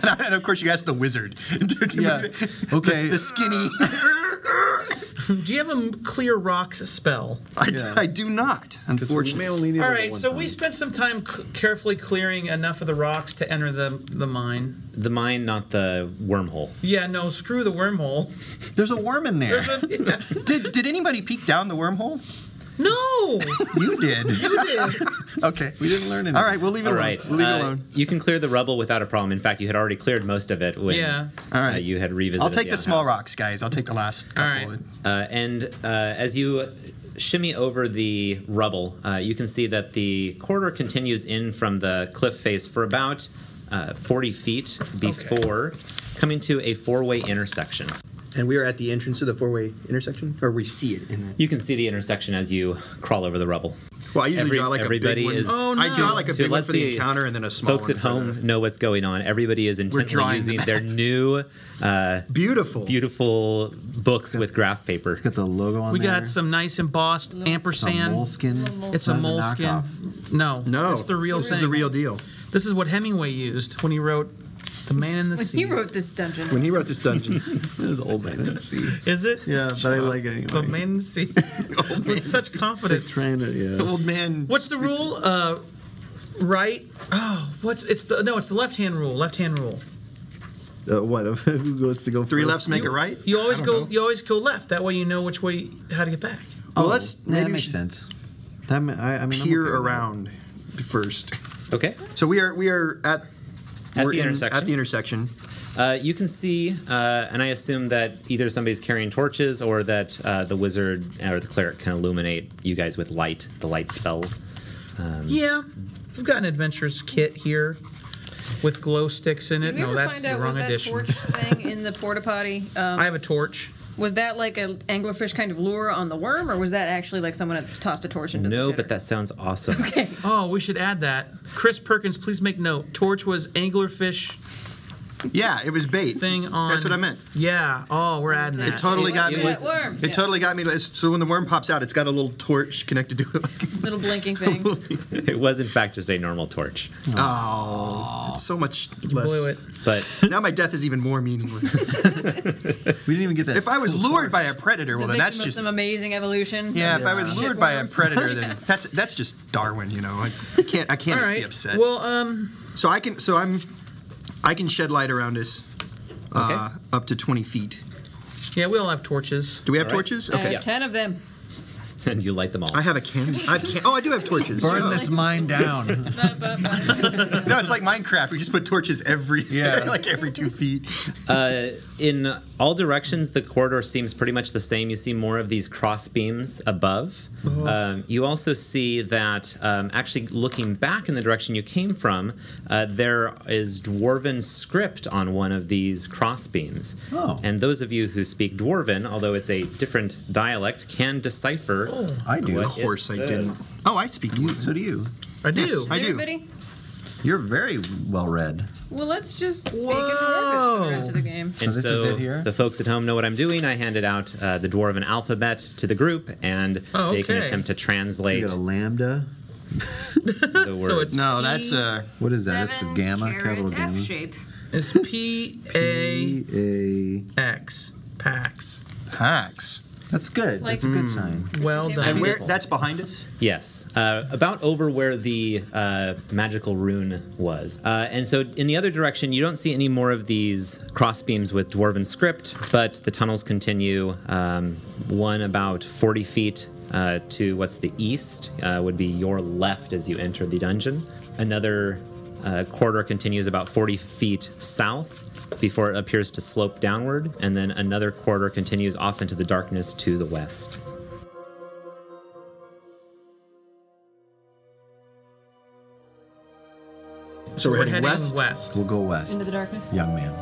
and of course, you asked the wizard.
Yeah. Okay.
The, skinny.
Um, Do you have a m- clear rocks spell?
I,
Yeah.
I do not,
We
unfortunately.
may only need it
All
at
right,
one
so
time.
we spent some time c- carefully clearing enough of the rocks to enter the the mine.
the mine, not the wormhole.
Yeah, no, screw the wormhole.
There's a worm in there.
There's a-
Did, did anybody peek down the wormhole?
no,
You did.
you did.
Okay.
We didn't learn anything.
All right, we'll leave it
All
alone.
right.
We'll leave
uh,
it alone.
You can clear the rubble without a problem. In fact, you had already cleared most of it when
Yeah.
All
uh,
right.
you had revisited.
I'll take the, small
outhouse.
rocks, guys. I'll take the last
All
couple.
right.
Uh, and uh, as you shimmy over the rubble, uh, you can see that the corridor continues in from the cliff face for about uh, 40 feet before coming to a four way intersection.
And we are at the entrance of the four-way intersection, or we see it in the.
You can see the intersection as you crawl over the rubble.
Well, I usually
Every-
draw like a big
everybody
one.
is- Oh,
I draw like a
To
big one
let
for the,
the
encounter and then a small
Folks
one
at
for
home
the-
know what's going on. Everybody is
drawing
intently
the
using
map.
their new, uh,
Beautiful.
beautiful books with graph paper.
Got the logo on
We
there.
got some nice embossed
A
ampersand.
moleskin.
It's a
Not
moleskin.
knockoff.
No,
No,
it's the real
This
thing.
is the real deal.
This is what Hemingway used when he wrote "The Man in the
When
Sea."
he wrote this dungeon,
When he wrote this dungeon,
This is old man. Let's see.
Is it?
Yeah, but I like it anyway.
The Man in the Sea. Oh, With such confidence.
Trying to, yeah.
old man.
What's the rule? Uh, right? Oh, what's it's the no? It's the left hand rule. Left hand rule.
Uh, what? Who goes to go
Three
first?
lefts make
You-
a right.
You always
I
go.
don't know.
You always go left. That way you know which way how to get back.
Well, let's
Yeah,
maybe
that
we
makes
should
sense. That ma- I, I mean, I'm
peer
okay with that.
around first.
Okay.
So we are we are at
At
we're
the
in-
intersection.
At the intersection.
Uh, you can see, uh, and I assume that either somebody's carrying torches or that uh, the wizard or the cleric can illuminate you guys with light, the light spell.
Mm.
Yeah, we've got an adventurer's kit here with glow sticks in it.
Did we
no,
ever
that's
find
the
out
wrong
was that
edition.
torch thing in the porta potty? Um,
I have a torch.
was that like an anglerfish kind of lure on the worm, or was that actually like someone had tossed a torch into the
No,
shitter?
but that sounds awesome.
Okay.
Oh, we should add that. Chris Perkins, please make note. Torch was anglerfish
Yeah, it was bait.
thing on.
That's what I meant.
Yeah. Oh, we're adding
It
that.
Totally
It
got
was
me.
that worm.
It
Yeah.
totally got me. So when the worm pops out, it's got a little torch connected to it. Like,
Little blinking thing.
it was, in fact, just a normal torch.
oh, it's so much less.
Blew it.
But
Now my death is even more meaningless.
We didn't even get that.
if I was lured by a predator, well
the
then that's
victim of
just
some amazing evolution.
yeah.
of
If I
this
was
shit
lured by a
worm.
predator, then that's that's just Darwin. You know, I, I can't I can't
All
be
right.
upset.
Well, um,
so I can so I'm I can shed light around us uh, up to 20 feet.
yeah, we all have torches.
Do we have
All right.
torches?
I have
Okay.
ten of them.
and you light them all.
I have a candle. I can- oh, I do have torches.
burn this mine down.
No, it's like Minecraft. We just put torches every,
Yeah.
like every two feet.
in all directions, the corridor seems pretty much the same. You see more of these cross beams above.
Uh-huh.
Um, you also see that, um, actually, looking back in the direction you came from, uh, there is dwarven script on one of these cross beams.
Oh.
And those of you who speak dwarven, although it's a different dialect, can decipher.
Oh, I do.
What?
Of course, I
says.
didn't. Oh, I speak.
You, so do you.
I do.
Yes. I do.
Everybody.
You're very well read.
Well, let's just speak in dwarvish for the rest of the game.
And
this
so
is it here?
the folks at home know what I'm doing. I handed out uh, the Dwarven alphabet to the group, and
Oh,
they can
okay.
attempt to
You
translate
got a lambda.
the words.
So it's
No, that's uh,
What is that? That's a
Seven
gamma,
carat
capital gamma.
F shape.
it's P A
A.
X Pax.
packs.
That's good.
Like-
That's a good sign.
Well
And
done.
where- Beautiful.
that's behind us.
Yes, uh, about over where the uh, magical rune was. Uh, and so, in the other direction, you don't see any more of these crossbeams with dwarven script, but the tunnels continue. Um, one about 40 feet uh, to what's the east uh, would be your left as you enter the dungeon. Another uh, corridor continues about 40 feet south before it appears to slope downward, and then another corridor continues off into the darkness to the west.
So we're,
We're
heading,
heading
west.
west.
We'll go west,
Into the darkness.
young man.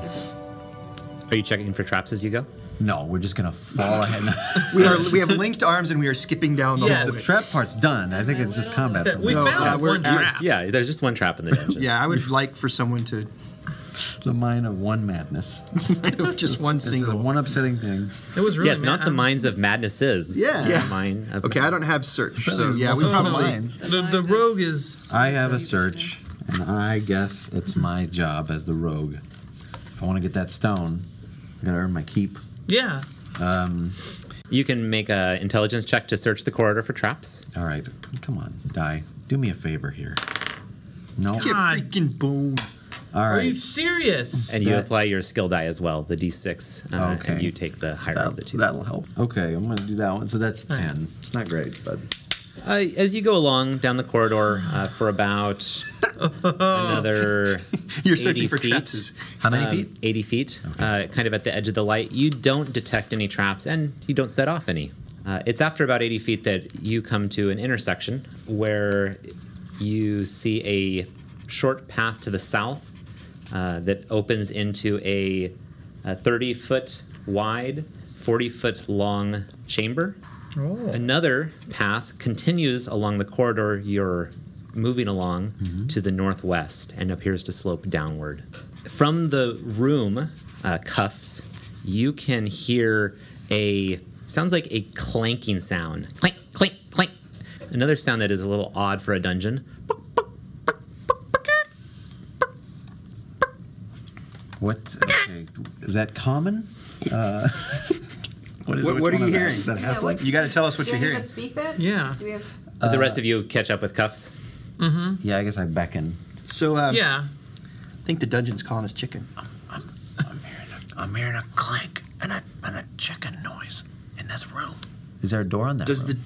Are you checking for traps as you go?
No, we're just gonna fall ahead.
We are. We have linked arms and we are skipping down the
Yes.
the
hallway.
trap part's done. I think it's just combat. from
We
here.
No, yeah,
found
we're-
one trap.
Yeah, there's just one trap in the dungeon.
Yeah, I would like for someone to
the mine of one madness.
just one
This is
single.
one upsetting thing.
It was really.
Yeah, it's not
ma-
the mines of madnesses.
Yeah.
Yeah.
Mine of
Okay, I don't have search, so
There's
yeah, we
multiple
probably.
mines.
The, the rogue is.
I have a search, and I guess it's my job as the rogue. If I want to get that stone, I gotta earn my keep.
Yeah.
You can make an intelligence check to search the corridor for traps.
All right, come on, die. Do me a favor here. No.
Yeah,
God.
freaking boom.
All
Are you
right.
serious?
And you
That-
apply your skill die as well, the d6. Uh,
Okay.
And you take the higher of the two.
help.
Okay, I'm gonna do that one. So that's ten. It's not great, but
Uh, as you go along down the corridor uh, for about another
You're
80
searching for
feet,
traps is-
How many feet? 80 Um, feet, uh, kind of at the edge of the light. You don't detect any traps and you don't set off any. Uh, it's after about 80 feet that you come to an intersection where you see a short path to the south uh, that opens into a, a 30 foot wide, 40 foot long chamber. Another path continues along the corridor you're moving along
Mm-hmm.
to the northwest and appears to slope downward. From the room uh, cuffs, you can hear a sounds like a clanking sound. Clank, clank, clank. Another sound that is a little odd for a dungeon.
What? Okay. Is that common? Uh, what is
What-
which
what are
one
you
of that?
hearing?
Is that half
what-
like?
You got to tell us what
Do
you're
any of
hearing.
us speak that?
Yeah.
Do we have?
Uh,
the rest of you catch up with cuffs.
Yeah, I guess I beckon.
So um,
Yeah.
I think the dungeon's calling us chicken.
I'm hearing a clank and a, and a chicken noise in this room. Is there a door on that?
Does the
room?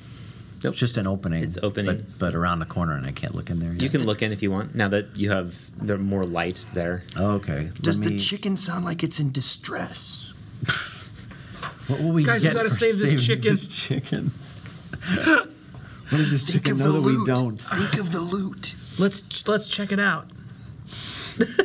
Nope.
It's just an opening?
It's opening.
but, but around the corner, and I can't look in there. Yet.
You can look in if you want. Now that you have there more light there.
Okay.
does
let
the
me-
chicken sound like it's in distress?
What will we
Guys, we
get
gotta
for
save this
saving
chicken.
This chicken. what did this
Think
chicken
of
know
the
that
loot.
we don't?
Think of the loot.
Let's let's check it out.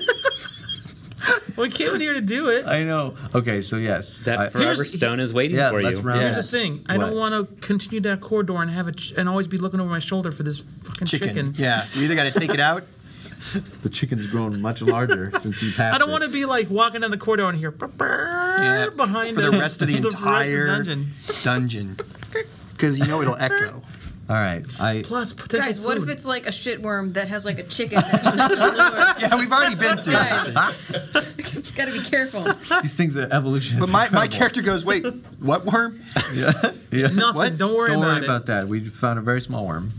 we came in here to do it.
I know. Okay, so yes.
That
I-
forever
Here's-
stone is waiting
yeah,
for
let's
you.
round
Here's
this.
the thing. I don't
What?
want to continue down a corridor and have it ch- and always be looking over my shoulder for this fucking chicken.
Yeah, you either got to take it out.
The chicken's grown much larger since you passed.
I don't
it.
want to be like walking down the corridor and hear brr, brr,
Yeah,
behind
for the
us,
rest of the
rest of
entire-
dungeon.
Dungeon. Because you know it'll echo.
All right. I
Plus potential
Guys, what if
food.
it's like a shitworm that has like a chicken? That's not a
Yeah, we've already been through this.
Guys, gotta be careful.
these things are evolution.
But
is
my, my
incredible.
character goes, wait, what worm?
Yeah.
nothing?
what?
Don't worry
Don't
about
worry
it.
about that. We found a very small worm.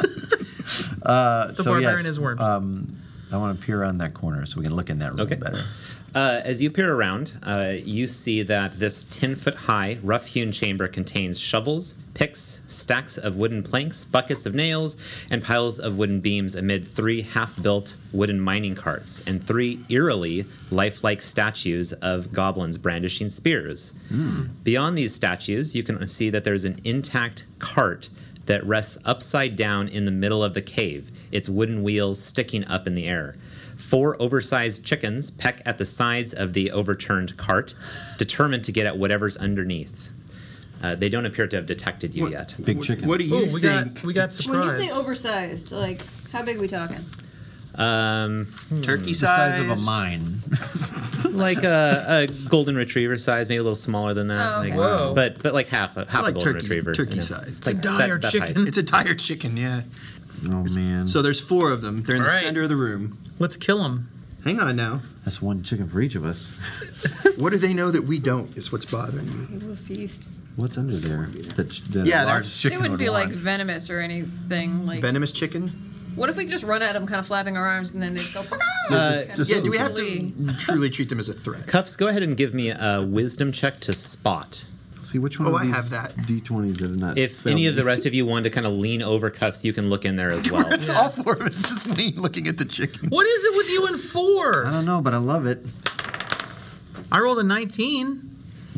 uh,
the
so
barbarian
yes,
is worms.
I want to peer around that corner so we can look in that room
Okay.
better.
Uh, as you peer around, uh, you see that this 10 foot high, rough hewn chamber contains shovels, picks, stacks of wooden planks, buckets of nails, and piles of wooden beams amid three half built wooden mining carts and three eerily lifelike statues of goblins brandishing spears. Beyond these statues, you can see that there's an intact cart that rests upside down in the middle of the cave, its wooden wheels sticking up in the air. Four oversized chickens peck at the sides of the overturned cart, determined to get at whatever's underneath. Uh, they don't appear to have detected you yet.
Big chicken.
What do you
Ooh, we
think?
got we got
When you
surprise.
say oversized, like how big are we talking?
Turkey
the
size.
size of a mine?
like uh, a, a golden retriever size, maybe a little smaller than that.
Oh, okay.
like,
Whoa.
But but like half a half
like
a golden
turkey-
retriever.
turkey
know.
size. It's
a
Like
dire
that- that height.
chicken.
It's a tired chicken, yeah.
Oh man.
So there's four of them. They're in the
All right.
center of the room.
Let's kill him.
Hang on now.
That's one chicken for each of us.
What do they know that we don't is what's bothering me.
It will feast.
What's under there? The, ch- the
Yeah,
large
that's-
chicken
It wouldn't
would
be
want.
like venomous or anything. Like,
Venomous chicken?
what if we just run at them, kind of flapping our arms, and then they just go? Kinda
just-
Yeah, do we have
Lee.
to truly treat them as a threat?
Cuffs, go ahead and give me a wisdom check to spot.
See which one?
Oh,
of
I
these
have that.
D20s that are not.
If any of the rest of you want to kind of lean over cuffs, you can look in there as well.
It's all four of us just lean looking at the chicken.
What is it with you and
I
four?
don't know, but I love it.
I rolled a 19.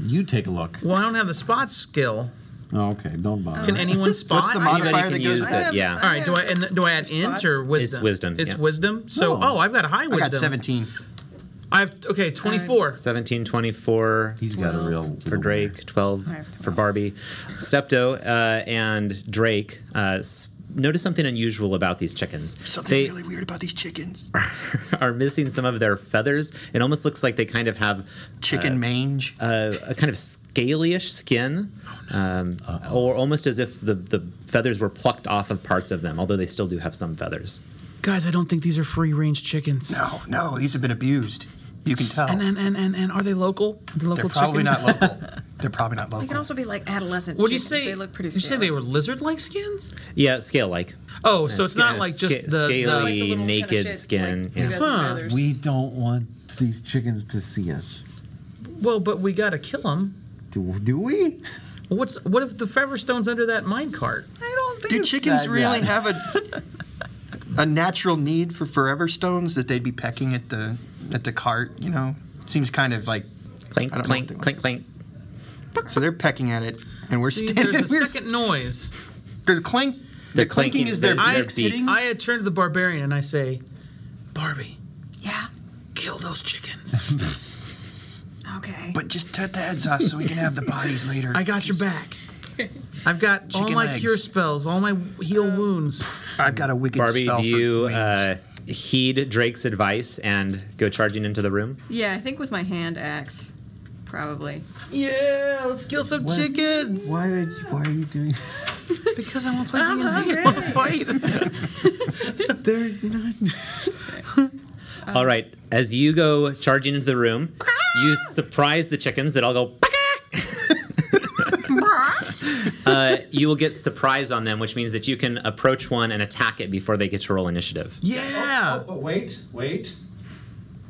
You take a look.
Well, I don't have the spot skill.
Oh, okay, don't bother.
Can anyone spot?
Uh-huh. the
All
mod-
Anybody
Modifier
can
that goes
use
I have-
it. Yeah.
I
right, do I and do I add int
Spots?
or wisdom?
wisdom,
It's
yeah.
wisdom. So,
Oh.
oh, I've got high
I
wisdom.
got 17.
I have okay, 24.
1724
He's got a real
for Drake, 12
Alright.
for Barbie. Stepto uh, and Drake uh, s- notice something unusual about these chickens.
Something
They
really weird about these chickens.
are missing some of their feathers. It almost looks like they kind of have
Chicken mange.
a, a kind of scaly-ish skin, um, or almost as if the, the feathers were plucked off of parts of them, although they still do have some feathers.
Guys, I don't think these are free-range chickens.
no, no, these have been abused. You can tell.
And, and and and and are they local? The local
They're probably
chickens?
not local. They're probably not
They
local.
can also be like adolescent.
What do you
chickens.
say?
They look pretty.
You say they were lizard-like skins?
Yeah, scale-like.
Oh, so it's
Sca-
not like just
sca-
the,
scaly.
the
Like the little naked skin, yeah.
We don't want these chickens to see us.
well, but we gotta kill them.
Do, do we?
Well, what's what if the Forever Stone's under that mine cart?
I don't think. Do chickens really have a a natural need for forever stones that they'd be pecking at the at the cart? You know, seems kind of like
Clink,
I don't know
clink,
what they-
clink, clink.
so they're pecking at it, and we're
See,
standing.
there's a
we're,
second noise.
their clink.
They're
the clinking
clanking,
is their
they're-
I,
they're
beaks hitting.
beaks.
I had turned to the barbarian and I say, Barbie,
Yeah.
kill those chickens.
Okay.
But just cut the heads off so we can have the bodies later.
I got your back. I've got all
Chicken
my
legs.
cure spells, all my heal wounds.
I've got a wicked
Barbie,
spell
do you
for wings.
uh, heed Drake's advice and go charging into the room?
Yeah, I think with my hand axe, probably.
Yeah, let's kill some chickens.
Why are, why are you doing
Because I want to play D&D. I want to fight.
They're not.
all right, as you go charging into the room, you surprise the chickens that all go. uh, you will get surprise on them, which means that you can approach one and attack it before they get to roll initiative.
Yeah.
But wait, wait. I,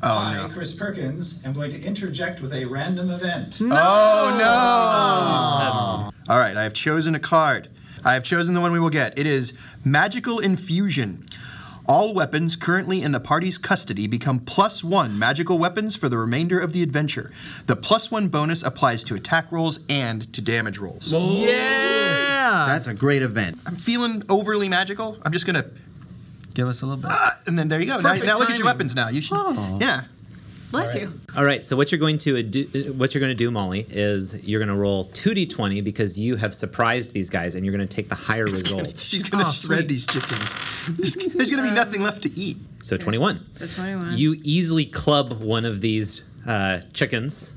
Oh no!
Chris Perkins, am going to interject with a random event.
Oh no!
Oh.
All right, I have chosen a card. I have chosen the one we will get. It is Magical Infusion. All weapons currently in the party's custody become plus one magical weapons for the remainder of the adventure. The plus one bonus applies to attack rolls and to damage rolls.
Oh. Yeah.
That's a great event.
I'm feeling overly magical. I'm just gonna, uh,
Give us a little bit.
and then there you go. Now,
perfect
now look at your
timing.
weapons.
Oh.
Now you should, yeah.
Bless you.
All right. So what you're going to uh, do, what you're going to do, Molly, is you're going to roll two d20 because you have surprised these guys, and you're going to take the higher result.
She's gonna
Oh,
shred
sweet.
these chickens. There's, there's gonna be nothing left to eat.
So 21.
So 21.
You easily club one of these uh, chickens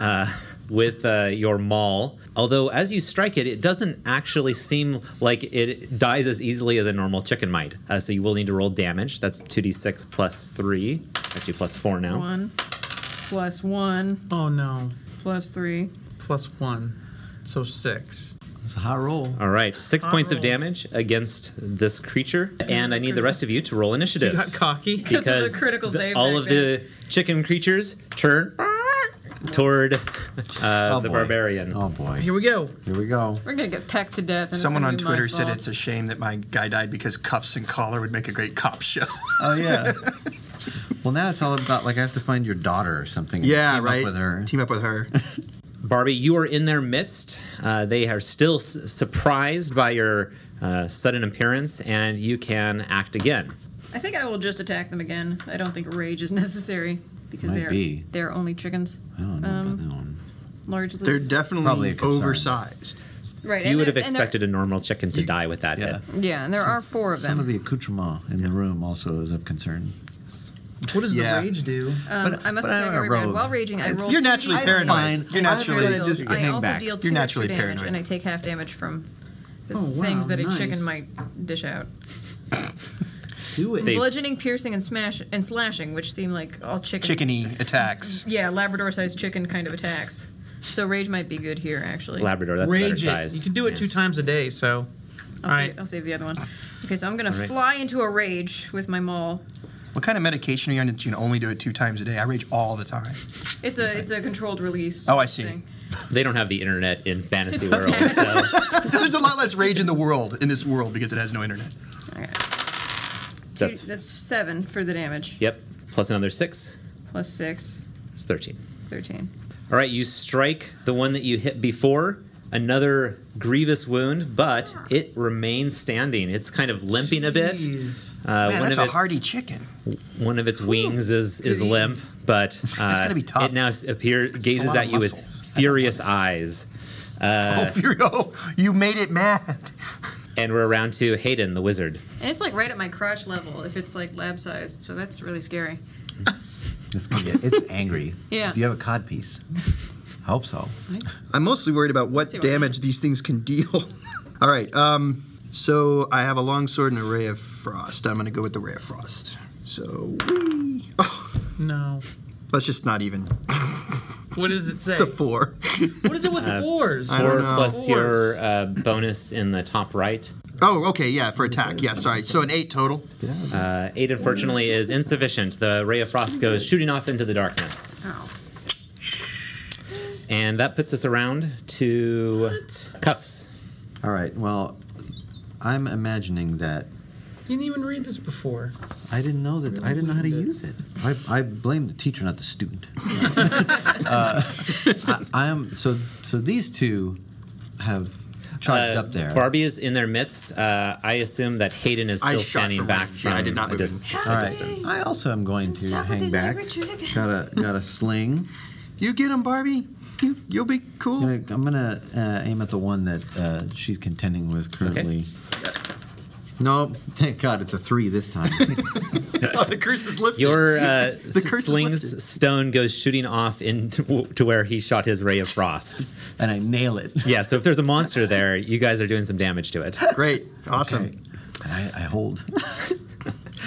uh, with uh, your maul. Although, as you strike it, it doesn't actually seem like it dies as easily as a normal chicken might. Uh, so, you will need to roll damage. That's 2d6 plus 3, actually, plus 4 now.
One plus one
Oh no.
plus three.
Plus one. So six.
It's a hot roll.
All right, six points of
rolls.
damage against this creature. And I need the rest of you to roll initiative.
Got cocky.
Because of the critical
the-
save
all
back
of the chicken creatures turn toward uh, the
boy.
barbarian.
Oh boy.
Here we go.
Here we go.
We're gonna get pecked to death. And
Someone on
it's gonna be my
Twitter said
fault.
it's a shame that my guy died because cuffs and collar would make a great cop show.
Oh yeah. well, now it's all about like I have to find your daughter or something. and
yeah,
team
right.
Up with her.
Team up with her.
Barbie, you are in their midst. Uh, they are still s- surprised by your uh, sudden appearance, and you can act again.
I think I will just attack them again. I don't think rage is necessary because
Might
they're
be.
they're only chickens,
I don't know
Um,
about that one.
largely.
They're
Probably a
definitely
concern.
oversized.
right.
You
and
would have
there- and there-
expected a normal chicken to die with that hit.
Yeah, and there are four of
Some
them.
of the accoutrement in the room also is of concern.
What does
Yeah.
the rage do?
um, I must attack
I
every round.
rolled-
While raging, I roll.
You're
two
naturally
d8
paranoid.
fine.
You're
I'm
naturally.
gonna just
I
hang
also
back.
deal two
You're naturally
extra damage,
paranoid.
and I take half damage from the
Oh, wow,
things that a
nice.
chicken might dish out.
Do it.
They-
Bludgeoning, piercing, and smash and slashing, which seem like all chicken.
chickeny attacks.
Yeah, Labrador-sized chicken kind of attacks. So rage might be good here, actually.
Labrador, that's a better
rage it.
size.
You can do it
Yeah.
two times a day, so.
I'll,
All
save,
right.
I'll save the other one. Okay, so I'm gonna
right.
fly into a rage with my maul.
What kind of medication are you on that you can only do it two times a day? I rage all the time.
It's a it's a controlled release.
Oh, I see.
thing.
They don't have the internet in fantasy world. So.
There's a lot less rage in the world in this world because it has no internet.
Okay. Two-
That's,
That's, seven for the damage.
yep. Plus another six.
Plus six,
It's thirteen.
13.
All right, you strike the one that you hit before. Another grievous wound, but it remains standing. It's kind of limping a bit.
Jeez.
Uh,
Man,
one
that's
of
a
its-
hardy chicken.
One of its wings is is limp, but uh,
gotta be tough.
it now s- appear
lot
gazes
of
at you with
muscle.
furious eyes.
uh,
oh, Furio, you made it mad.
And we're around to Hayden the wizard.
And it's like right at my crotch level if it's like lab sized, so that's really scary.
It's, gonna get, it's angry.
Yeah.
Do you have a cod piece? I hope so.
I'm mostly worried about what
See what
damage these things can deal. All right. Um, so I have a longsword and a ray of frost. I'm going to go with the ray of frost. So whee. Oh,
No.
let's just not even.
What does it say?
It's a four.
What is it with fours?
I don't
Uh, Four
know.
plus your
Fours.
uh, bonus in the top right.
Oh, okay. Yeah, for attack. Yeah, sorry. So an eight total.
Uh, eight, unfortunately, is insufficient. The ray of frost goes shooting off into the darkness.
Oh.
And that puts us around to cuffs.
All right. Well, I'm imagining that
You didn't even read this before.
I didn't know that. I didn't know how to use it. I, I blame the teacher, not the student. uh, I, I am so so. These two have charged
Uh,
up there.
Barbie is in their midst. Uh, I assume that Hayden is
I
still
shot
standing
from
back
range.
from.
Yeah, I did not
a
move
dis-
him.
a
All right.
distance.
I also am going to hang back. Got a got a sling. You get him, Barbie. You, you'll be cool. I'm gonna, I'm gonna, uh, aim at the one that uh, she's contending with currently. No, thank God, it's a three this time.
Oh, the curse is lifted.
Your uh,
the curse is
sling's stone goes shooting off into to where he shot his ray of frost,
and I nail it.
Yeah, so if there's a monster there, you guys are doing some damage to it.
Great. Awesome.
I, I hold.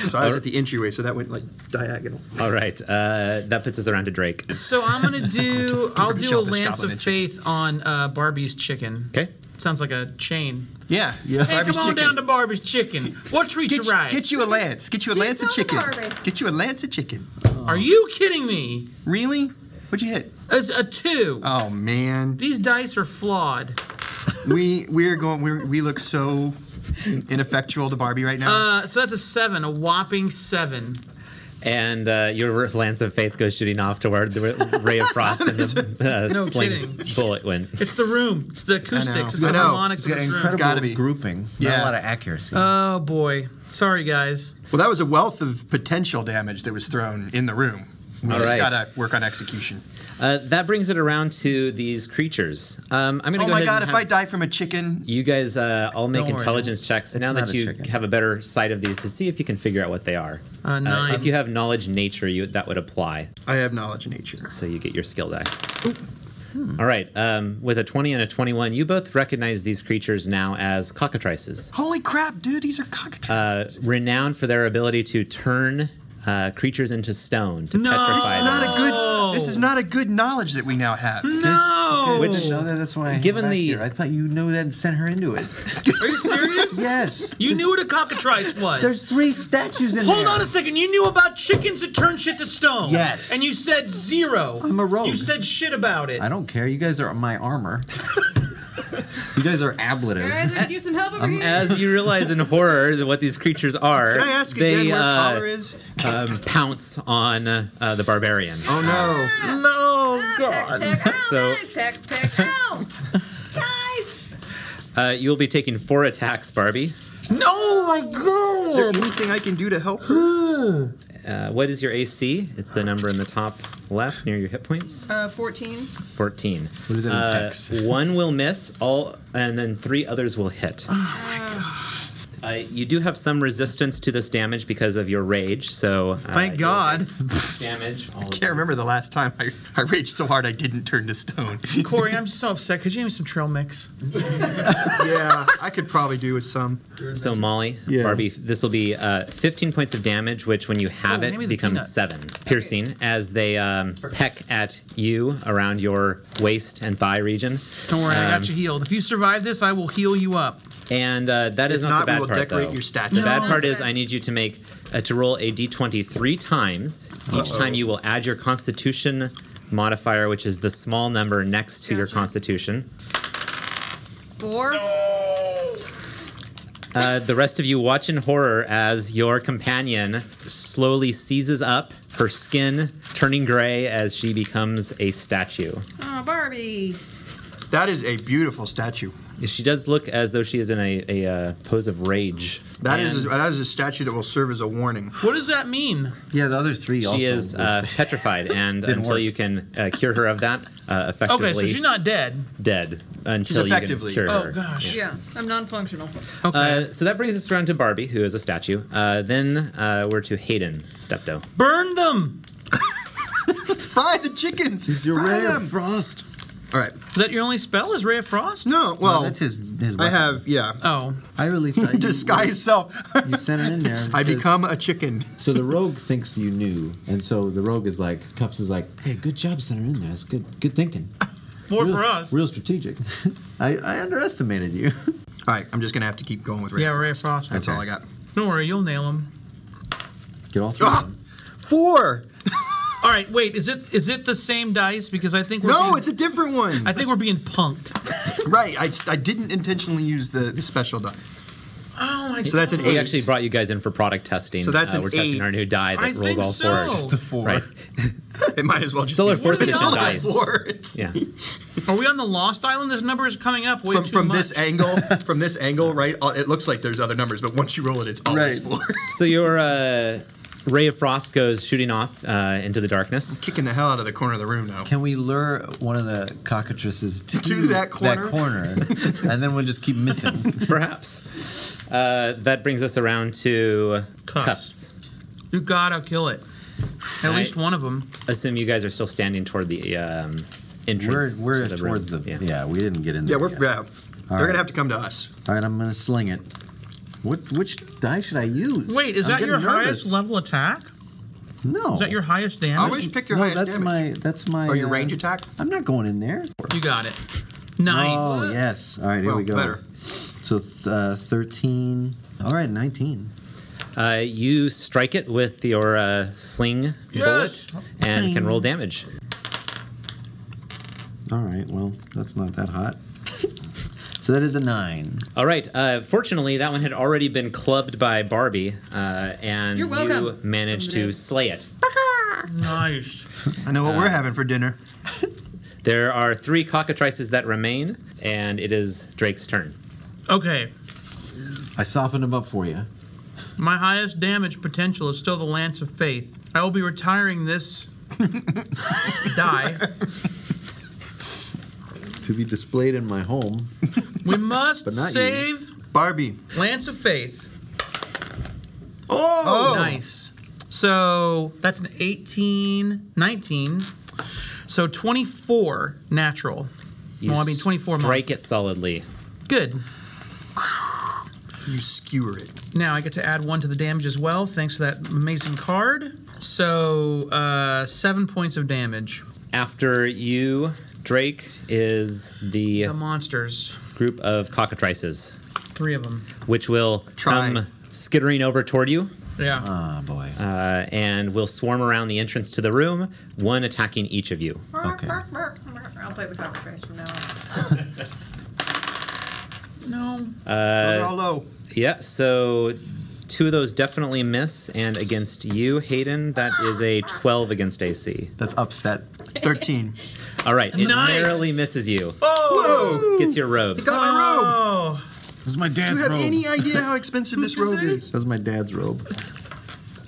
So I was at the entryway, so that went like diagonal.
All right, uh, that puts us around to Drake.
So I'm gonna do. I'll do a
Shell this
lance
goblin
of
and
faith on uh, Barbie's chicken.
Okay.
Sounds like a chain.
Yeah.
Hey, come on down to Barbie's Chicken. What treat
Get,
you right?
get you a lance. Get you a lance of chicken. Get you a lance of chicken.
Are you kidding me?
Really? What'd you hit?
As a two.
Oh man,
These dice are flawed.
we we're going. We're, we look so ineffectual to Barbie right now.
Uh, so that's a seven, a whopping seven.
And uh, your lance of faith goes shooting off to where the ray of frost and the uh,
No
sling's bullet went.
It's the room. It's the acoustics. It's the harmonics
It's got
of this room.
incredible grouping. Not
Yeah.
a lot of accuracy.
Oh boy. Sorry guys.
Well, that was a wealth of potential damage that was thrown in the room. We
All
just
right.
gotta work on execution.
Uh, that brings it around to these creatures. Um, I'm gonna
oh
go
my
ahead
god!
and
If
have
I die from a chicken,
you guys uh, all make
Don't worry,
intelligence checks
it's
now
not
that
a
you
chicken.
have a better sight of these to see if you can figure out what they are.
Uh, nine.
if you have knowledge nature, you, that would apply.
I have knowledge nature.
So you get your skill die.
Hmm.
All right. Um, with a 20 and a 21, you both recognize these creatures now as cockatrices.
holy crap, dude! These are cock.
Uh, renowned for their ability to turn uh, creatures into stone to
No!
petrify
This is
them.
not a good- this is not a good knowledge that we now have.
No.
Which, didn't know that, that's why Oh, I
Given
given the,
the-
I thought you knew that and sent her into it.
Are you serious?
yes.
You knew what a cockatrice was.
There's three statues in
Hold
there.
on a second. You knew about chickens that turn shit to stone.
Yes.
And you said zero.
I'm a rogue.
You said shit about it.
I don't care. You guys are my armor. you guys are ablative.
Guys, I could use some help over here.
As you realize in horror that what these creatures are,
Can I ask
they
again where
uh,
Fowler is?
um, pounce on uh, uh, the barbarian.
Oh no!
Ah,
No,
oh,
God.
so
Peck, peck, ow! Guys!
uh, you will be taking four attacks, Barbie.
No, my
Is there
God.
anything I can do to help her?
Uh, what is your AC? It's the number in the top left near your hit points.
Uh, 14.
14.
What is it in
Uh,
text?
one will miss, all, and then three others will
Oh
hit. Uh, you do have some resistance to this damage because of your rage, so. Uh,
Thank God.
Damage. I
can't remember the last time I, I raged so hard I didn't turn to stone.
Corey, I'm so upset. Could you give me some trail mix?
yeah, I could probably do with some.
So, Molly, Barbie, this will be uh, 15 points of damage, which when you have
Oh, hand me
it
the
becomes
peanuts.
seven piercing as they um, peck at you around your waist and thigh region.
Don't worry, I
Um,
got you healed. If you survive this, I will heal you up.
And uh, that is
If
not,
not,
the
we
bad
will
part.
decorate
though.
your statue.
The bad
No.
part is I need you to make uh, to roll a d20 three times. Each
Uh-oh.
time you will add your Constitution modifier, which is the small number next to your Constitution.
Four.
Uh, the rest of you watch in horror as your companion slowly seizes up, her skin turning gray as she becomes a statue.
Ah,
Oh, Barbie.
That is a beautiful statue.
She does look as though she is in a, a uh, pose of rage.
That is
And
that is a statue that will serve as a warning.
What does that mean?
Yeah, the other three also.
She is uh, petrified, and
Didn't
until
work.
you can uh, cure her of that, uh, effectively
Okay, so she's not dead.
dead until
effectively-
you can cure her.
Oh, gosh.
Yeah, I'm non functional.
Uh, so that brings us around to Barbie, who is a statue. Uh, then uh, we're to Hayden Steptoe.
Burn them.
Fry the chickens.
He's your
Fry
ray
them!
of frost.
All right.
Is that your only spell? Is Ray of Frost?
No, well,
No, that's his. his
oh. I
weapon.
have yeah.
Oh.
I really thought you-
Disguise self.
You sent it in there.
I
because-
become a chicken.
So the rogue thinks you knew, and so the rogue is like, Cuffs is like, hey, good job sending her in there. That's good, good thinking.
More
real,
for us.
Real strategic. I, I underestimated you.
All right, I'm just gonna have to keep going with Ray.
Yeah, Ray of Frost.
That's all I got.
Don't worry, you'll nail him.
Get all three.
Ah! Four.
All right, wait. Is it is it the same dice? Because I think we're
No,
being-
it's a different one.
I think we're being punked.
right. I, I didn't intentionally use the, the special die.
Oh my
So that's an eight.
We actually brought you guys in for product testing.
So that's
Uh,
an
We're testing
eight.
our new die that
I
rolls
think
all
so.
fours.
Just a
four. Right.
It might as well just
Still our
be
fourth
one. It's
edition
still our
dice.
four. It's-
Yeah.
Are we on the Lost Island? This number is coming up way
From,
too
from
much.
this angle, from this angle, right? uh, It looks like there's other numbers, but once you roll it, it's always
Right.
four.
So your uh, ray of frost goes shooting off uh, into the darkness.
Kicking the hell out of the corner of the room now.
Can we lure one of the cockatrices to,
To that corner?
corner, and then we'll just keep missing?
Perhaps. Uh, that brings us around to
Cuffs.
cuffs.
You gotta kill it. At
Right.
least one of them.
Assume you guys are still standing toward the um,
We're,
entrance.
we're
to the room.
towards the yeah.
yeah.
We didn't get in
Yeah,
there.
we're
yet.
yeah. They're
right.
gonna have to come to us.
All right, I'm gonna sling it. What which die should I use?
Wait, is
I'm
that
getting
your
nervous. Oh.
highest level attack?
No.
Is that your highest damage?
Always pick your
no,
highest
that's
damage.
my that's my
or your
uh,
range attack.
I'm not going in there.
You got it. Nice.
Oh yes. All right, here
Well,
we go.
better.
So th- uh, 13. All right, 19.
Uh, you strike it with your uh, sling
Yes.
bullet and can roll damage.
All right, well that's not that hot. so that is a nine.
All right. Uh, fortunately, that one had already been clubbed by Barbie, uh, and
You're welcome.
you managed to slay it.
Nice.
I know what we're having for dinner.
There are three cockatrices that remain, and it is Drake's turn.
Okay.
I softened him up for you.
My highest damage potential is still the Lance of Faith. I will be retiring this die.
To be displayed in my home.
We must
But not you.
save
Barbie.
Lance of Faith.
Oh,
Nice. So that's an 18, 19. So 24 natural.
You
Well, I mean, 24
Strike it solidly.
Good.
you skewer it.
Now I get to add one to the damage as well, thanks to that amazing card. So uh, seven points of damage.
After you, Drake is the
The monsters,
group of cockatrices,
three of them.
which will
Try.
come skittering over toward you
Yeah.
Ah boy.
uh, and will swarm around the entrance to the room, one attacking each of you.
Okay.
I'll play the cockatrice from now on.
no.
Those are all low.
Yeah, so two of those definitely miss, and against you, Hayden, that is a 12 against AC.
That's upset.
Thirteen.
All right, it
Nice.
narrowly misses you.
Oh.
Gets your robes.
Got my robe.
Oh.
This is my
You
dad's
have any idea how expensive this robe is?
That's my dad's robe.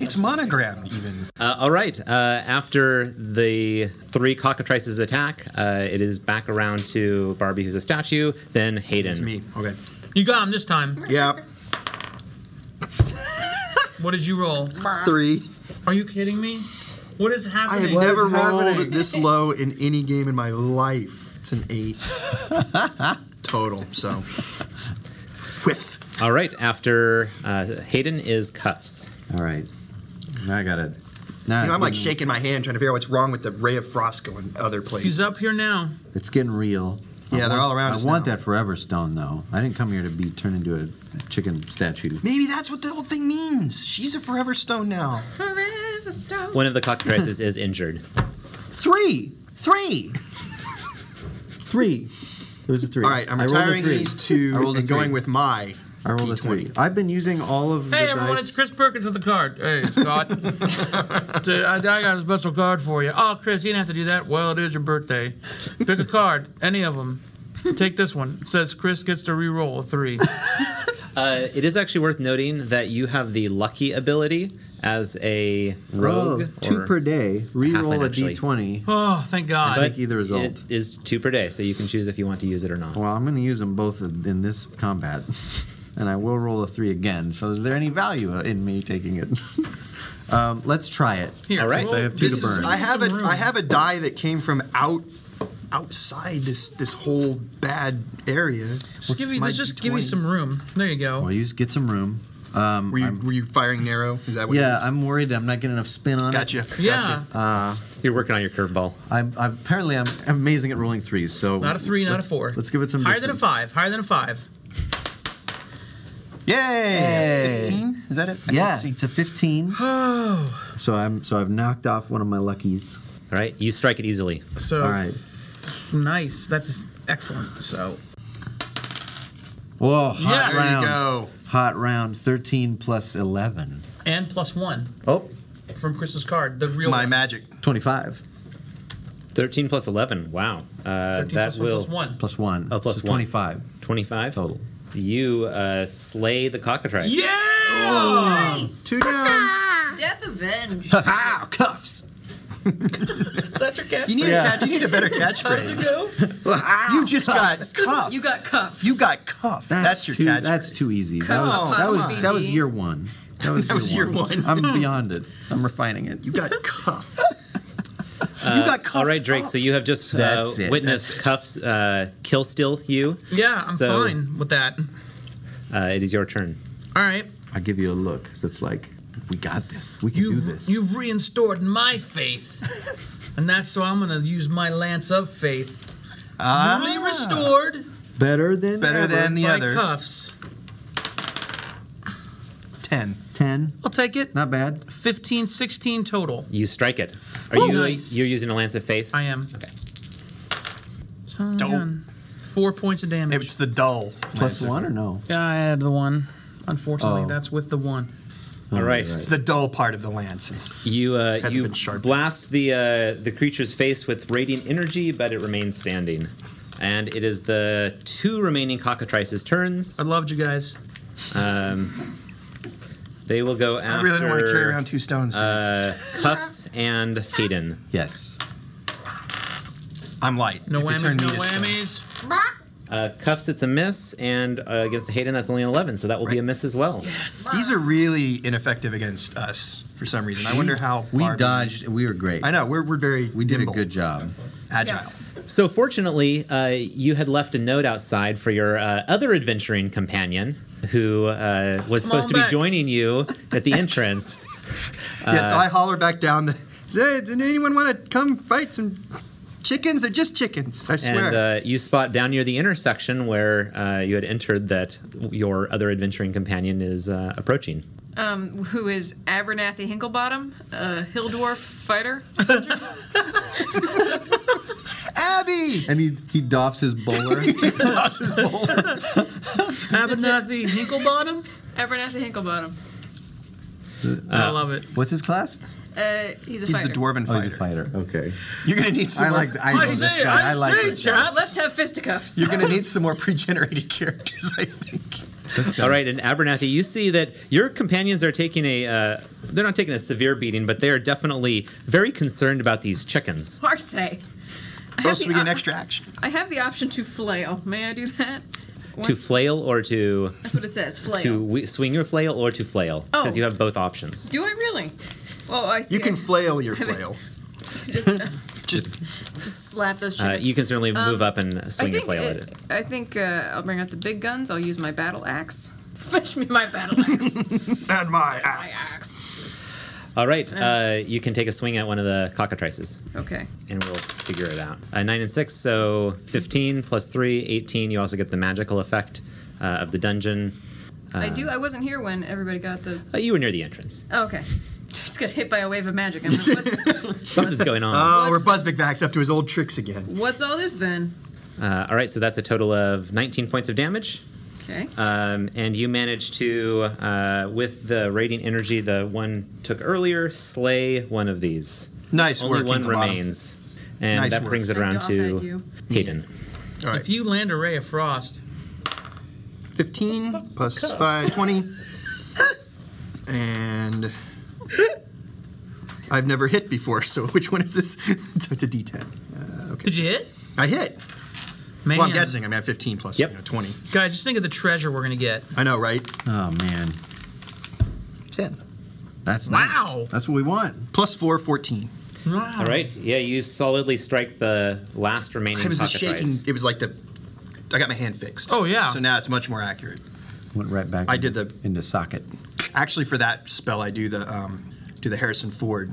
It's monogrammed even.
Uh, all right. Uh, after the three cockatrices attack, uh, it is back around to Barbie, who's a statue, then
To
Hayden.
me. Okay.
You got him this time.
Yeah.
What did you roll?
Three.
Are you kidding me? What is
I have
happening?
never
is happening?
rolled this low in any game in my life. It's an eight total. So, whiff.
All right. After uh, Hayden is Cuffs.
All right. Now I got it. Now
You know,
it's
I'm like
getting-
shaking my hand trying to figure out what's wrong with the ray of frost going other places.
He's up here now.
It's getting real.
Yeah,
I
they're
want-
all around
I
us
want
now.
that forever stone, though. I didn't come here to be turned into a chicken statue.
Maybe that's what the whole thing means. She's a forever stone now.
Forever stone.
One of the cockatrices is injured.
Three, three, three. It was a three.
All right, I'm
I rolled a
retiring
three.
these
I
two
rolled a
and going
three.
with my.
I rolled a
D20.
three. I've been using all of
Hey
the
everyone,
dice.
it's Chris Perkins with the card. Hey Scott, Dude, I, I got a special card for you. Oh, Chris, you didn't have to do that. Well, it is your birthday. Pick a card, any of them. Take this one. It says Chris gets to re-roll a three.
Uh, it is actually worth noting that you have the lucky ability as a rogue.
Oh, two
or-
per day. Reroll
halfling,
a
actually.
d20.
Oh, thank God.
Pick either result.
It is two per day, so you can choose if you want to use it or not.
Well, I'm going to use them both in in this combat, and I will roll a three again. So, is there any value in me taking it? um, let's try it.
Here,
All right.
so
I
have two to
this is-
burn.
I have
Some
a
room.
I have a die that came from out outside this this whole bad area.
Just give you,
My
let's just give you
D20.
some room. There you
Well,
go.
Oh, you just get some room. Um,
Were you,
I'm-
were you firing narrow? Is that what?
yeah,
It is?
I'm worried I'm not getting enough spin on
Gotcha.
Yeah.
You're working on your curveball.
it. I'm, I'm apparently I'm amazing at rolling threes. So
Not a three, not a
let's-
four.
Let's give it some
Higher than a
distance.
five. Higher than a five.
Gotcha. Yay!
Hey.
Fifteen. Is that it? I can't
yeah,
see.
it's a 15. so I'm so I've knocked off one of my luckies.
All right, you strike it easily.
So
All right.
nice. That's excellent. So
Whoa, hot
Yeah. There you
round.
go.
Hot round. 13 plus 11.
and plus one
Oh,
from Chris's card. The real
My
one.
magic.
25
13 plus 11. Wow. Uh,
13
that
plus
will.
one plus one.
plus 1.
Oh, plus
so
one.
25.
25
Total.
You uh, slay the cockatrice.
Yeah.
Two down.
Death Avenge.
Ow, cuffs.
Is that your catch?
You need a catch. You need a better catchphrase. you just got cuffed.
You got cuffed.
You got cuffed. That's, your
too,
catchphrase.
That's too easy.
Come
that was,
on,
that,
Papa
was that was
BB.
year one. That was,
That was year one.
I'm beyond it. I'm refining it.
You got cuffed.
Uh,
you got cuffed.
All right, Drake.
up.
So you have just uh,
That's it.
witnessed Cuffs uh, kill still you.
Yeah, I'm
So-
fine with that.
Uh, it is your turn.
All right.
I give you a look that's like, we got this. We can
You've
do this.
you've reinstored my faith, and that's so I'm gonna use my lance of faith. Newly restored
better than
Ah. Better
ever.
than the
by
other.
cuffs.
Ten.
10.
I'll take it.
Not bad.
15, 16 total.
You strike it. Are
Ooh.
you
Oh, Nice.
you're using a lance of faith?
I am. Okay. So again, four points of damage.
It's the dull.
Plus
Lancer.
1 or no?
yeah, I had the one. Unfortunately,
Oh.
that's with the one.
All right.
It's the dull part of the lance. It's
You uh,
Hasn't
you
been sharpened.
blast the uh, the creature's face with radiant energy, but it remains standing. And it is the two remaining cockatrices' turns.
I loved you guys.
They will go after
I really don't want to carry around two stones. dude.
uh, Cuffs and Hayden.
Yes.
I'm light.
No
If you turn
whammies, no
me to stone-
whammies.
Uh, cuffs, it's a miss, and uh, against Hayden, that's only an 11, so that will be a miss as well.
These are really ineffective against us for some reason. I wonder how
We
Barbie-
dodged. We were great.
I know we're, we're very
We did
nimble,
a good job.
agile.
Yeah.
So, fortunately, uh, you had left a note outside for your uh, other adventuring companion who uh, was
Come on
supposed to be
back.
joining you at the entrance.
yeah,
Uh,
so I holler back down. The, "Say, does anyone want to come fight some chickens? They're just chickens. I swear.
and uh, you spot down near the intersection where uh, you had entered that your other adventuring companion is uh, approaching.
Um, who is Abernathy Hinklebottom, a hill dwarf fighter?
Abby
And he, he doffs his bowler.
tosses boulder.
Abernathy Hinklebottom.
Abernathy Hinklebottom.
Uh,
I love it.
What's his class?
Uh, he's a
He's
fighter.
the dwarven
Oh,
fighter.
he's a fighter. Okay.
You're gonna need some.
I
more,
like. I, know
I
this
say,
guy. I,
I,
like.
say,
This guy.
chap.
Let's have fisticuffs.
You're gonna need some more pre-generated characters. I think.
All right, and Abernathy, you see that your companions are taking a, uh, they're not taking a severe beating, but they are definitely very concerned about these chickens.
Parse. I have,
Plus,
the
we get an
op-
extra action.
I have the option to flail. May I do that?
To
Once-
flail or to
That's what it says. Flail.
to w- swing your flail or to flail because
Oh.
you have both options.
Do I really? Oh, I see.
You can
I
flail your flail.
just, uh,
Just
just slap those
Uh,
chickens.
you can certainly move up and
Um, I
swing your
think,
flail at
it,
it.
I think uh, I'll bring out the big guns. I'll use my battle axe. Fetch me my battle axe.
and my
my
axe.
axe.
All right, uh, you can take a swing at one of the cockatrices,
Okay.
and we'll figure it out. Uh, nine and six, so fifteen plus three, 18. You also get the magical effect uh, of the dungeon.
I
Um,
do. I wasn't here when everybody got the.
Uh, you were near the entrance.
Oh, okay. Just got hit by a wave of magic. I'm like, what's,
Something's going on.
Oh, we're
What's-
Buzzbig Vax up to his old tricks again.
what's all this then?
Uh, all right, so that's a total of 19 points of damage.
Okay.
Um, and you managed to, uh, with the radiant energy the one took earlier, slay one of these.
Nice
Only
work,
one
Hinklebottom.
remains. And
Nice
that
work.
brings it
I
around
doff at
to
you.
Hayden.
All right.
If you land a ray of frost,
15 plus 5, 20. And I've never hit before, so which one is this? it's a D10. Uh, okay.
did you hit?
I hit.
Man,
Well, I'm guessing. I mean, I have 15 plus
Yep.
you know, 20.
Guys, just think of the treasure we're gonna get.
I know, right?
Oh man,
10.
that's nice.
Wow.
That's what we want.
Plus 4, 14.
Wow.
All right, yeah, you solidly strike the last remaining
It was a shaking.
cockatrice.
It was like the. I got my hand fixed.
Oh, yeah.
So now it's much more accurate.
Went right back.
I did the-
into socket.
Actually, for that spell, I do the um, do the Harrison Ford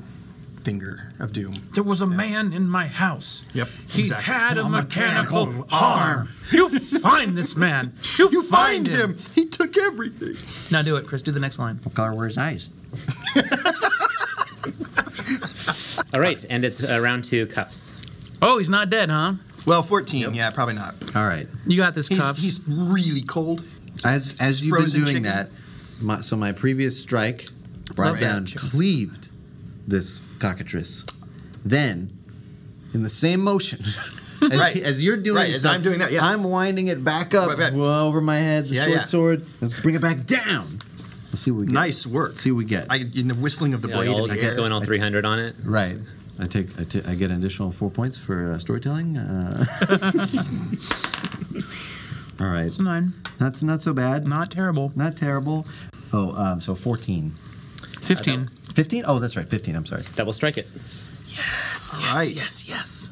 finger of doom.
There was a man in my house.
Yep,
He
exactly.
had a,
A
mechanical,
mechanical
arm. you find this man. You,
You find him. He took everything.
Now do it, Chris. Do the next line.
What color were his eyes?
All right, and it's uh, round two cuffs.
Oh, he's not dead, huh?
Well, 14, yeah, probably not.
All right.
You got this,
He's,
cuffs.
he's really cold.
As as you've been
Frozen
doing
chicken.
that, my, so my previous strike brought
Love that
down
chicken.
cleaved this cockatrice. Then, in the same motion. As,
Right.
as you're doing,
Right, as
stuff,
I'm doing that, yeah.
I'm winding it back up
Right, right.
over my head. The
Yeah,
short
yeah.
sword. Let's bring it back down. Let's see what we get.
Nice work.
See what we get.
I, in the whistling of the
Yeah,
blade
all,
in
I
the
get
air.
going all 300 on it.
Right. I take. I, t- I get an additional four points for uh, storytelling. Uh, all right.
It's nine.
That's not so bad.
Not terrible.
Not terrible. Oh, um, so 14.
Fifteen.
15? Oh, that's right. 15. I'm sorry.
Double strike it.
All right.
Yes, yes.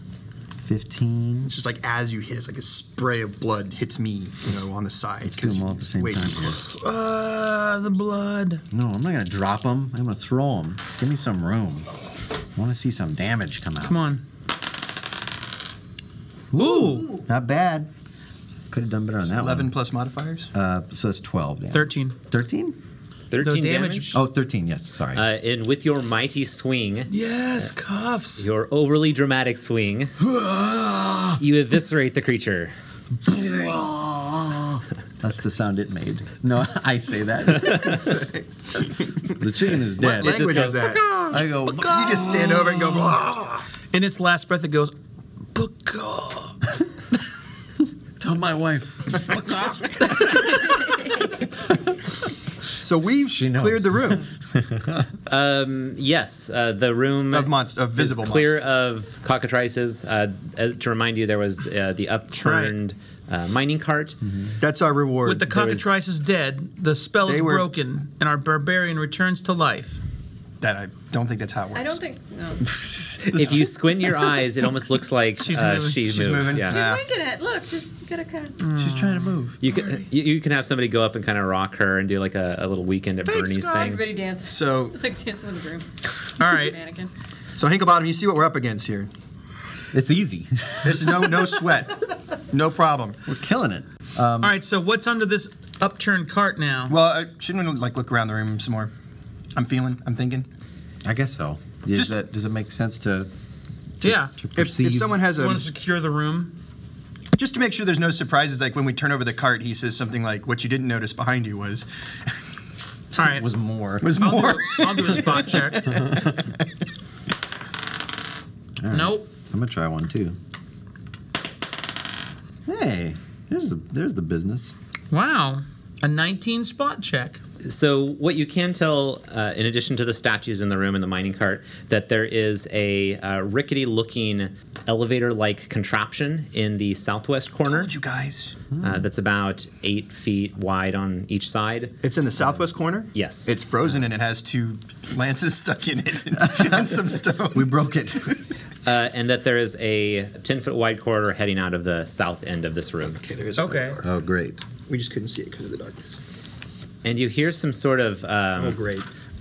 15.
It's just like as you hit, it's like a spray of blood hits me, you know, on the side.
Let's do 'em all at the same
Way too
time,
close.
Uh, the blood.
No, I'm not going to drop them. I'm going to throw them. Give me some room. I want to see some damage come out.
Come on. Ooh.
Not bad. Could have done better on that
11
one.
plus modifiers.
Uh, so it's 12. damage.
Thirteen.
13?
13
damage-
damage.
Oh, 13. Yes. Sorry.
Uh, and with your mighty swing, Uh,
Yes, cuffs.
your overly dramatic swing, you eviscerate the creature.
That's the sound it made. No, I say that. the chicken is
What
dead.
just
language
goes,
is that?
I go,
You just stand over and go, "Ah." blah.
In its last breath, it goes. "Puka."
tell my wife.
So we've
knows.
cleared the room
Yes, uh, the room
of, monst- of visible
is clear
monsters.
of cockatrices. Uh, uh, to remind you, there was uh, the upturned uh, mining cart.
That's our reward.
With the
There is-
cockatrice is dead, the spell
They
is
were-
broken, and our barbarian returns to life.
that I don't think that's how it works.
I don't think. No.
If you squint your eyes, it almost looks like
She's
uh,
moving.
she
She's
moves.
moving.
Yeah.
She's
Ah.
winking at. Look, just you gotta kind of.
Mm,
She's trying to move.
You can you, you can have somebody go up and kind of rock her and do like a, a little weekend at Bernie's thing.
Everybody dance.
So,
like dance with the broom.
All right.
Mannequin.
so Hinklebottom, you see what we're up against here.
It's easy.
This is no no sweat, no problem.
We're killing it.
Um,
All right. So what's under this upturned cart now?
Well, uh, shouldn't we like look around the room some more? I'm feeling. I'm thinking.
I guess so. Does
Just-
that does it make sense to,
yeah.
to
If,
perceive?
if someone has
You
a,
want to secure the room?
just to make sure there's no surprises, like when we turn over the cart, he says something like, "What you didn't notice behind you was
All right.
was more.
was
I'll,
more."
Do, a- I'll do a spot check. Nope.
I'm gonna try one too. Hey, there's the there's the business.
Wow. A 19 spot check.
So what you can tell, uh, in addition to the statues in the room and the mining cart, that there is a uh, rickety-looking elevator-like contraption in the southwest corner
Told you guys.
uh, that's about eight feet wide on each side.
It's in the southwest corner.
Yes.
It's frozen and it has two lances stuck in it and some stone.
We broke it.
Uh, and that there is a 10 foot wide corridor heading out of the south end of this room.
Okay, there is.
Okay.
oh, great.
We just couldn't see it because of the darkness.
And you hear some sort of um,
Oh, great.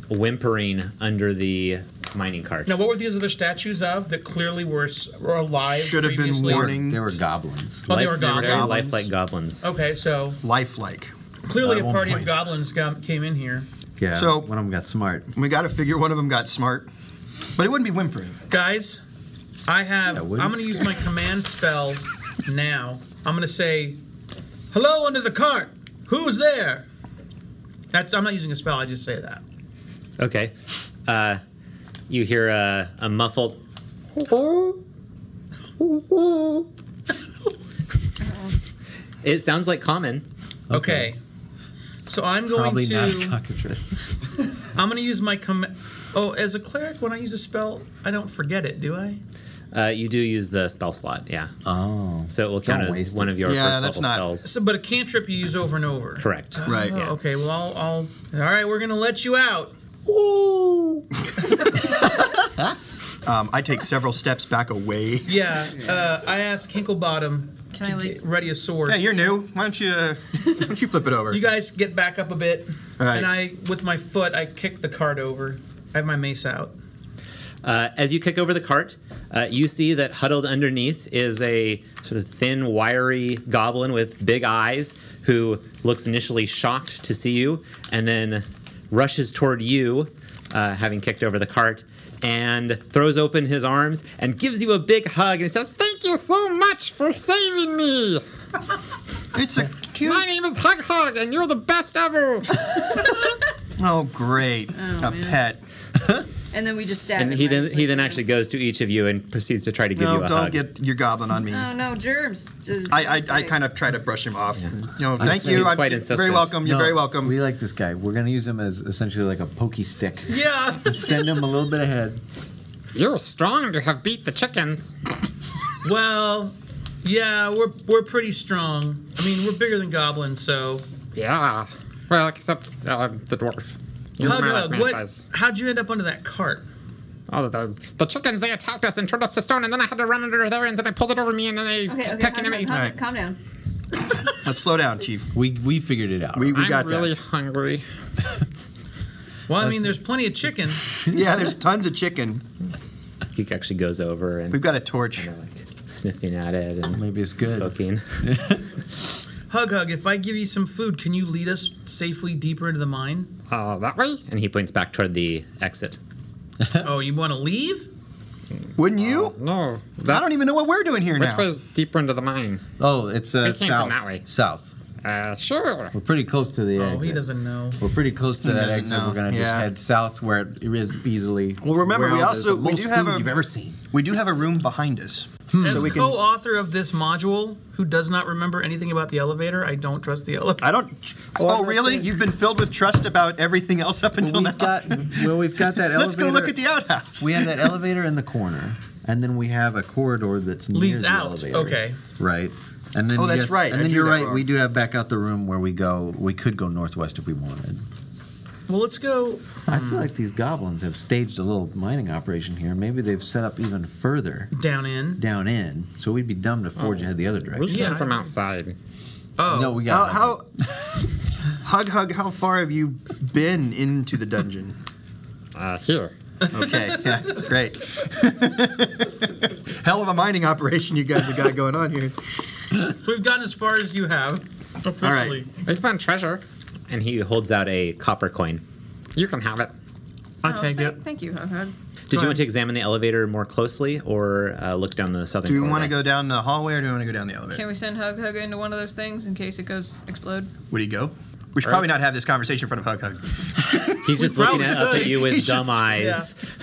whimpering under the mining cart.
Now, what were these other statues of that clearly were, s- were alive?
Should have been
previously?
warning.
They were goblins.
Oh, they were
Life- very
goblins.
lifelike goblins.
Okay, so
Lifelike.
clearly
At
a
one
party of
point.
goblins gum- came in here.
Yeah.
So-
one of them got smart.
We got to figure one of them got smart, but it wouldn't be whimpering.
Guys, I have.
That
I'm
wouldn't
going to use
scare
my command spell now. I'm going to say, "Hello, under the cart. Who's there?" That's. I'm not using a spell. I just say that.
Okay. Uh, you hear a, a muffled. it sounds like common.
Okay. So I'm going
Probably
to.
not a cockatrice.
I'm going to use my command. Oh, as a cleric, when I use a spell, I don't forget it, do I?
Uh, you do use the spell slot, yeah.
Oh.
So it will count
Don't
as
waste
one of your
Yeah,
first
that's
level
not-
spells.
So, but a cantrip you use over and over.
Correct.
Right.
Oh, Okay. Well, I'll, I'll. All right. We're gonna let you out.
Um, I take several steps back away.
Yeah. Uh, I asked Kinklebottom
Can I like?
get ready a sword.
Hey, you're new. Why don't you, uh, why don't you flip it over?
You guys get back up a bit,
All right.
and I, with my foot, I kick the cart over. I have my mace out.
Uh, as you kick over the cart, uh, you see that huddled underneath is a sort of thin, wiry goblin with big eyes who looks initially shocked to see you and then rushes toward you, uh, having kicked over the cart, and throws open his arms and gives you a big hug and says, Thank you so much for saving me!
It's a cute.
My name is Hug Hug, and you're the best ever!
Oh, great. a pet.
And then we just stab
And
him,
he
right?
then he then actually goes to each of you and proceeds to try to give
No,
you a
don't
hug.
get your goblin on me.
Oh no, germs.
I, I, I kind of try to brush him off. No,
He's-
thank you.
he's
I'm
quite
you're very
insistent.
welcome. Um, You're
No,
very welcome.
We like this guy. We're gonna use him as essentially like a pokey stick.
yeah.
Send him a little bit ahead.
You're strong to have beat the chickens.
Well, yeah, we're we're pretty strong. I mean, we're bigger than goblins, so
Yeah. Well, except uh, the dwarf. You're
Hug,
more like
hug,
my
what-
size.
How'd you end up under that cart?
Oh, the, the chickens, they attacked us and turned us to stone, and then I had to run under there, and then I pulled it over me, and then they
Okay, okay,
pecking
calm,
at me.
down, calm,
Alright.
calm down.
Now, slow down, Chief.
We we figured it out.
We, we
I'm
got
really hungry.
Well, I mean, there's plenty of chicken.
that. Yeah, there's tons of chicken.
He actually goes over and
We've got a torch.
sniffing at it and
Maybe it's good.
poking.
Hug, hug. If I give you some food, can you lead us safely deeper into the mine?
Uh, that way? And he points back toward the exit.
oh, you want to leave?
Wouldn't you?
No,
I don't even know what we're doing here now.
deeper into the mine?
Oh, it's uh,
We came
south.
from that way.
South.
Uh, sure.
We're pretty close to the
Oh,
exit.
he doesn't know.
We're pretty close to that
doesn't
exit.
know.
We're gonna just
Yeah.
head south where it is easily.
Well, remember,
where
we
all the-
also-
the
we
most
do have
food
a-
you've ever seen.
We do have a room behind us.
As
Hmm. we can-
co-author of this module, who does not remember anything about the elevator, I don't trust the elevator.
I don't. Oh, really? You've been filled with trust about everything else up until
We've
now.
got well, we've got that elevator.
Let's go look at the outhouse.
We have that elevator in the corner, and then we have a corridor that's near
Leads
the
out,
elevator,
okay.
Right. And then
Oh, that's
yes,
right,
And
I
then you're
drew that
right.
wrong.
We do have back out the room where we go. We could go northwest if we wanted.
Well, let's go.
Hmm.
I feel like these goblins have staged a little mining operation here. Maybe they've set up even further
down in.
down in. So we'd be dumb to forge
Oh.
ahead the other
We
direction.
came
I-
from outside.
Oh,
No, we
How,
got
how hug hug? How far have you been into the dungeon?
Uh, here.
Okay, yeah, great. Hell of a mining operation you guys have got going on here.
so we've gotten as far as you have. Officially.
right.
We found treasure. And he holds out a copper coin. You can have it.
I
Oh,
take
thank,
it.
thank you, Hug Hug.
Did you
Fine.
want to examine the elevator more closely or uh, look down the southern
Do we
corridor?
want to go down the hallway or do we want to go down the elevator?
Can we send Hug Hug into one of those things in case it goes explode?
Would he go? We should probably not have this conversation in front of Hug Hug.
He's just looking at, up at you with
He's
dumb
just-
eyes.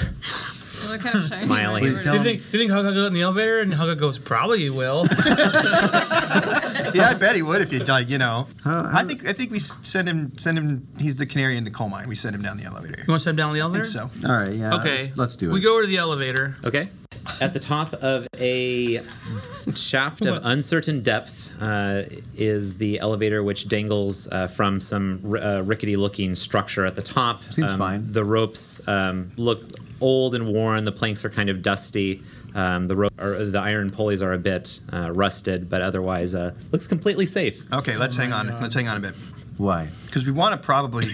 Well, they're kind of shiny.
Smiling.
We're-
Please
Do
tell
you
Um,
think? Do you think Hugga goes in the elevator? And Hugga goes, probably you will.
Yeah, I bet he would if you like, you know. I think I think we s- send him send him. He's the canary in the coal mine. We send him down the elevator.
You want to send down the
I
elevator?
think so.
All right, yeah.
Okay.
Let's, let's do it.
We go over to the elevator.
Okay. At the top of a shaft of uncertain depth uh, is the elevator, which dangles uh, from some r- uh, rickety-looking structure at the top.
Seems
Um,
fine.
The ropes um, look old and worn. The planks are kind of dusty. Um, the rope or the iron pulleys are a bit uh, rusted, but otherwise uh, looks completely safe.
Okay, let's hang on. Let's hang on a bit
Why?
because we want to probably,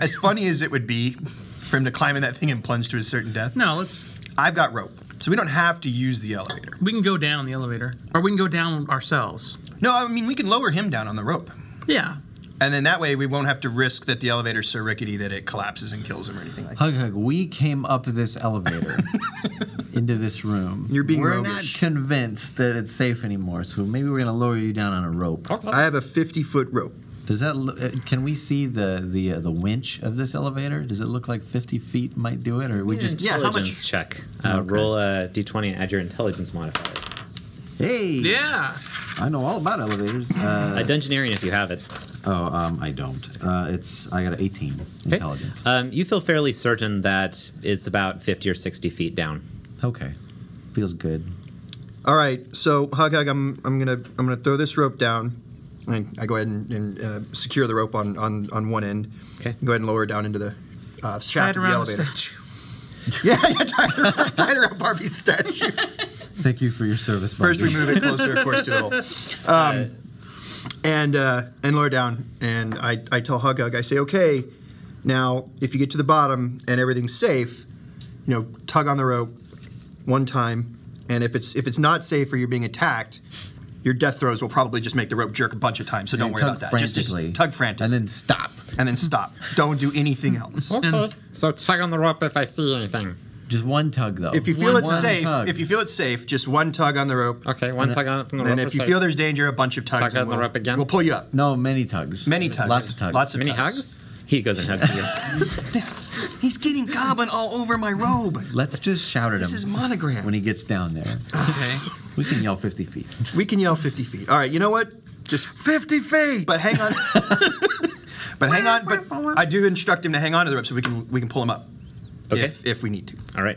as funny as it would be, for him to climb in that thing and plunge to his certain death.
No, let's.
I've got rope, so we don't have to use the elevator.
We can go down the elevator, or we can go down ourselves.
No, I mean we can lower him down on the rope,
Yeah.
and then that way we won't have to risk that the elevator's so rickety that it collapses and kills him or anything like that.
Hug hug. We came up this elevator into this room.
You're being
We're not
roguish.
convinced that it's safe anymore, so maybe we're gonna lower you down on a rope.
I have a 50 foot rope.
Does that? Lo- uh, can we see the the uh, the winch of this elevator? Does it look like 50 feet might do it, or we just?
Mm, Yeah, how much-
intelligence check. Uh,
Okay.
Roll a d20 and add your intelligence modifier.
Hey.
Yeah.
I know all about elevators. Uh,
Uh, dungeoneering, if you have it.
oh, um, I don't. Uh, it's I got an 18 intelligence.
Um, you feel fairly certain that it's about 50 or 60 feet down.
Okay, feels good.
All right, so Hug Hug, I'm, I'm gonna I'm gonna throw this rope down, and I go ahead and, and uh, secure the rope on, on, on one end.
Okay.
Go ahead and lower it down into the uh,
Tied
shaft of the
around the
elevator.
statue.
yeah, yeah, tied around, tied around Barbie's statue.
Thank you for your service.
First, we
Bobby.
move it closer, of course, to the hole. Um, and uh, and lower down, and I, I tell Hug Hug, I say, okay, now if you get to the bottom and everything's safe, you know, tug on the rope one time, and if it's if it's not safe or you're being attacked, your death throws will probably just make the rope jerk a bunch of times. So don't
And
worry
tug
about that. Just, just
frantically.
tug frantic
And then stop.
and then stop. Don't do anything else.
And-
so tug on the rope if I see anything.
Just one tug though.
If you feel
One-
it's
one
safe,
tug.
if you feel it's safe, just one tug on the rope.
Okay, one tug on from the
And
rope.
if you feel there's danger, a bunch of tugs.
Tug
and
on the
we'll-
rope again?
We'll pull you up.
no, many tugs.
Many tugs.
Lots of tugs.
Lots of
many
tugs.
hugs,
He goes and hugs you.
He's getting goblin all over my robe.
Let's just shout at
This
him
is monogram.
when he gets down there.
Okay.
we can yell 50 feet.
We can yell 50 feet. All right, you know what? Just
50 feet.
but hang on. but hang on. But I do instruct him to hang on to the rope so we can we can pull him up.
Okay.
If, if we need to.
All right.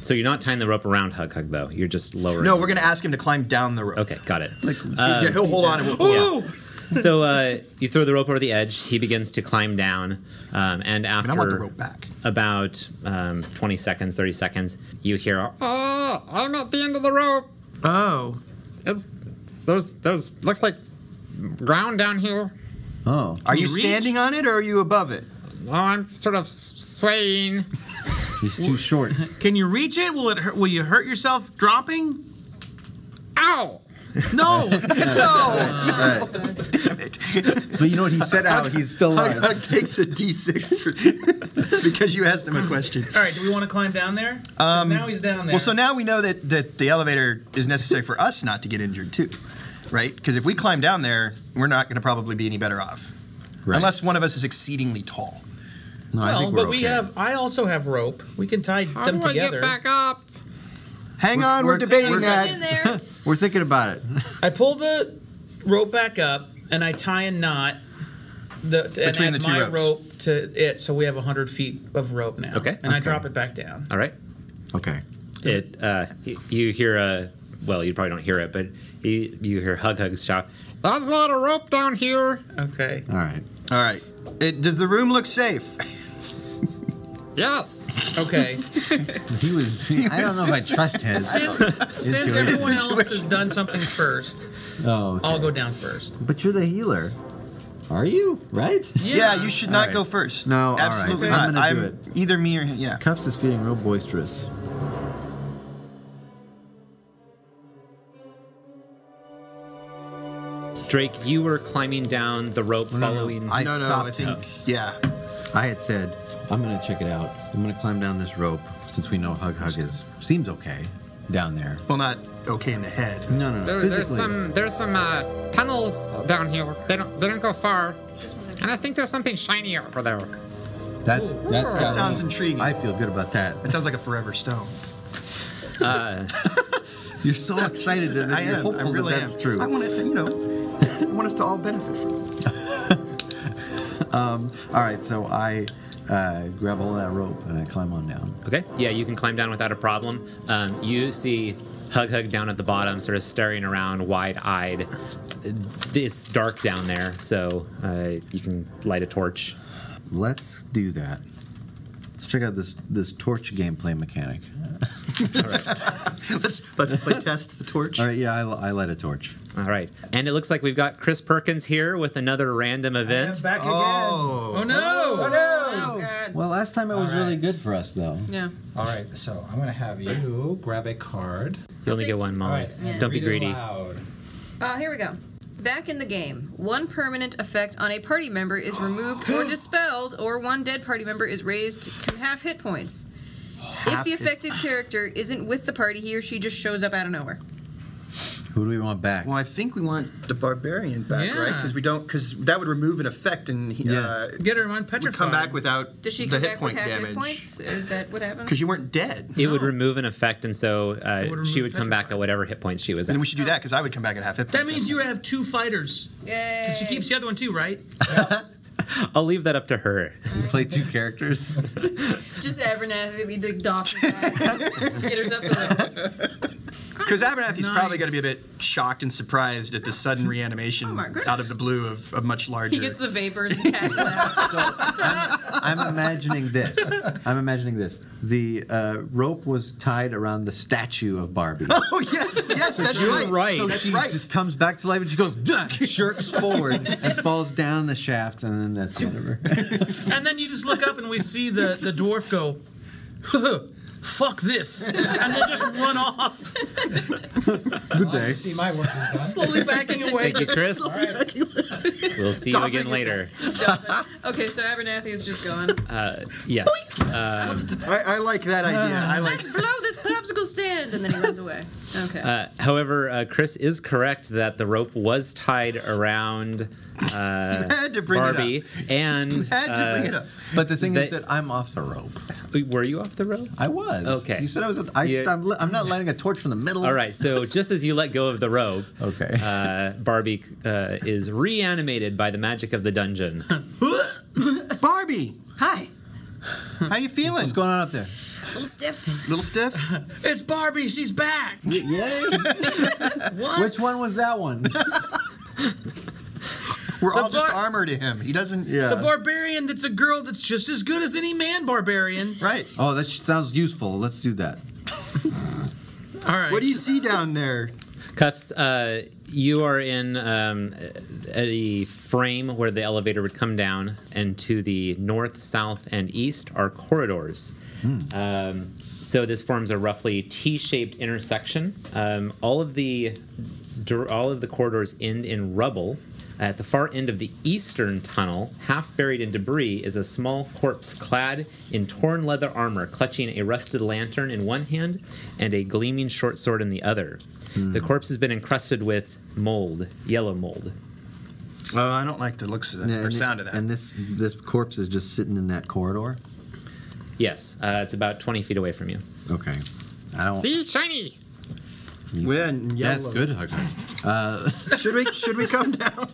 So you're not tying the rope around hug hug though. You're just lowering.
No,
it.
we're gonna ask him to climb down the rope.
Okay, got it.
yeah, he'll hold on and we'll pull him up.
so uh, you throw the rope over the edge. He begins to climb down, um, and after
And I want the rope back.
about um, 20 seconds, 30 seconds, you hear
oh, I'm at the end of the rope.
Oh.
It's those those looks like ground down here.
Oh.
Are you
you reach?
standing on it or are you above it?
Oh, I'm sort of s- swaying.
He's too short.
Can you reach it? Will it hurt? Will you hurt yourself dropping?
Ow!
No.
No.
But you know what? He set out. He's still
Hug,
alive.
hug takes a D6 for, because you asked him a question.
All right, do we want to climb down there? Um, now he's down there.
Well, so now we know that, that the elevator is necessary for us not to get injured too, right? Because if we climb down there, we're not going to probably be any better off,
Right.
unless one of us is exceedingly tall.
No, I
well,
think we're
but we
okay.
have. I also have rope. We can tie
How
them
do I
together.
get back up?
Hang
We're-
on, we're,
we're-
debating
we're-
that.
there.
We're thinking about it.
I pull the rope back up and I tie a knot. The, and
Between
add
the two
my
ropes.
rope to it, so we have 100 feet of rope now.
Okay.
And I drop it back down.
all right.
Okay.
It uh, y- you hear a well, you probably don't hear it, but he, you hear hug hug shout.
There's a lot of rope down here.
Okay.
All right.
All right. It, does the room look safe?
Yes.
Okay.
He was. I don't know if I trust him.
since since
Intuition.
everyone else has done something first,
Oh.
I'll go down first.
But you're the healer.
Are you right?
Yeah, you should not
right.
go first.
No, all right.
absolutely
I'm
not.
gonna do
either me or him. Yeah.
Cuffs is feeling real boisterous.
Drake, you were climbing down the rope, following.
I
no, no, I
stopped
think.
him.
Yeah.
I had said, I'm gonna check it out.
I'm gonna climb down this rope since we know hug hug is seems okay down there.
Well, not okay in the head.
No, no, no.
There,
physically,
there's some there's some uh, tunnels down here. They don't they don't go far. And I think there's something shiny over there.
That's that's.
That
gotta
That sounds
be-
intriguing.
I feel good about that.
that sounds like a forever stone.
Uh,
You're so excited that
I
you're
am.
hopeful
I really
that that's
am.
true.
I want to, you know, I want us to all benefit from it.
All right, so I uh, grab all that rope and I climb on down.
Okay. Yeah, you can climb down without a problem. Um, you see Hug Hug down at the bottom, sort of staring around wide eyed. It's dark down there, so uh, you can light a torch.
Let's do that. Let's check out this this torch gameplay mechanic.
Let's let's play test the torch.
All right, yeah, I, I light a torch.
All right. And it looks like we've got Chris Perkins here with another random event.
back
Oh.
Oh no!
Oh,
Well, last time it was really good for us though.
Yeah.
All right, so I'm going to have you grab a card.
You only get one,
All
Molly.
right. and
Don't be
read it
greedy.
aloud.
Uh, here we go. Back in the game, one permanent effect on a party member is removed or dispelled, or one dead party member is raised to half hit points. if the affected character isn't with the party, he or she just shows up out of nowhere.
Who do we want back?
Well, I think we want the barbarian back,
Yeah.
right? Because we don't, because that would remove an effect, and he, uh,
Get her on
would
petrified.
come back without
Does she
the
come
hit
back
point
with half hit
damage.
points? Is that what happens?
Because you weren't dead.
It would remove an effect, and so
It
uh,
would
she would
remove
come back
petrified.
at whatever hit points she was at.
And we should do that because I would come back at half hit points.
That means you have two fighters.
Yay.
'Cause She keeps the other one too, right?
I'll leave that up to her.
play two characters.
just every now and then we like doff her back, skitters up the rope.
Because Abernathy's probably going
Nice.
to be a bit shocked and surprised at the sudden reanimation
my goodness.
out of the blue of a much larger.
He gets the vapors and passes out.
I'm imagining this. I'm imagining this. The uh, rope was tied around the statue of Barbie.
oh yes, yes, that's right.
So
that's
she
right.
just comes back to life and she goes, "Duh," jerks forward and falls down the shaft, and then that's the end of her.
And then you just look up and we see the, the dwarf go, fuck this, and then just run off,
Good day. See, my work is done.
slowly backing away.
Thank you, Chris. We'll see you
Dolphin
again
is
later.
Just dolphin. Okay, so Abernathy is just gone.
Uh, yes. Um,
I, I like that idea. I like.
Let's blow this popsicle stand, and then he runs away. Okay.
Uh, however, uh, Chris is correct that the rope was tied around uh,
had to bring it up.
Barbie, and
Had to bring it up.
But the thing is
Uh, They-
that I'm off the rope.
up. uh, Were you off the rope?
I was.
Okay.
You said I was. I,
Yeah.
I'm, li- I'm not lighting a torch from the middle.
All right. So just as you let go of the rope,
Okay.
uh, Barbie uh, is reanimated by the magic of the dungeon.
Barbie,
Hi.
how you feeling?
What's going on up there?
little stiff.
Little stiff?
It's Barbie. She's back.
Yay!
What?
Which one was that one?
We're all just
bar-
armor to him. He doesn't.
The
Yeah.
barbarian that's a girl that's just as good as any man barbarian.
Right.
oh, that sh- sounds useful. Let's do that.
All right.
What do you see down there?
Cuffs, uh, you are in um, a frame where the elevator would come down, and to the north, south, and east are corridors. Um, so this forms a roughly T-shaped intersection. Um, all of the dir- all of the corridors end in rubble. At the far end of the eastern tunnel, half buried in debris, is a small corpse clad in torn leather armor, clutching a rusted lantern in one hand and a gleaming short sword in the other. The corpse has been encrusted with mold, yellow mold.
Oh, I don't like the looks of that
and, And this this corpse is just sitting in that corridor.
Yes, uh, it's about 20 feet away from you.
Okay. I don't.
See, shiny.
When
That's good, Hugger.
Should we should we come down?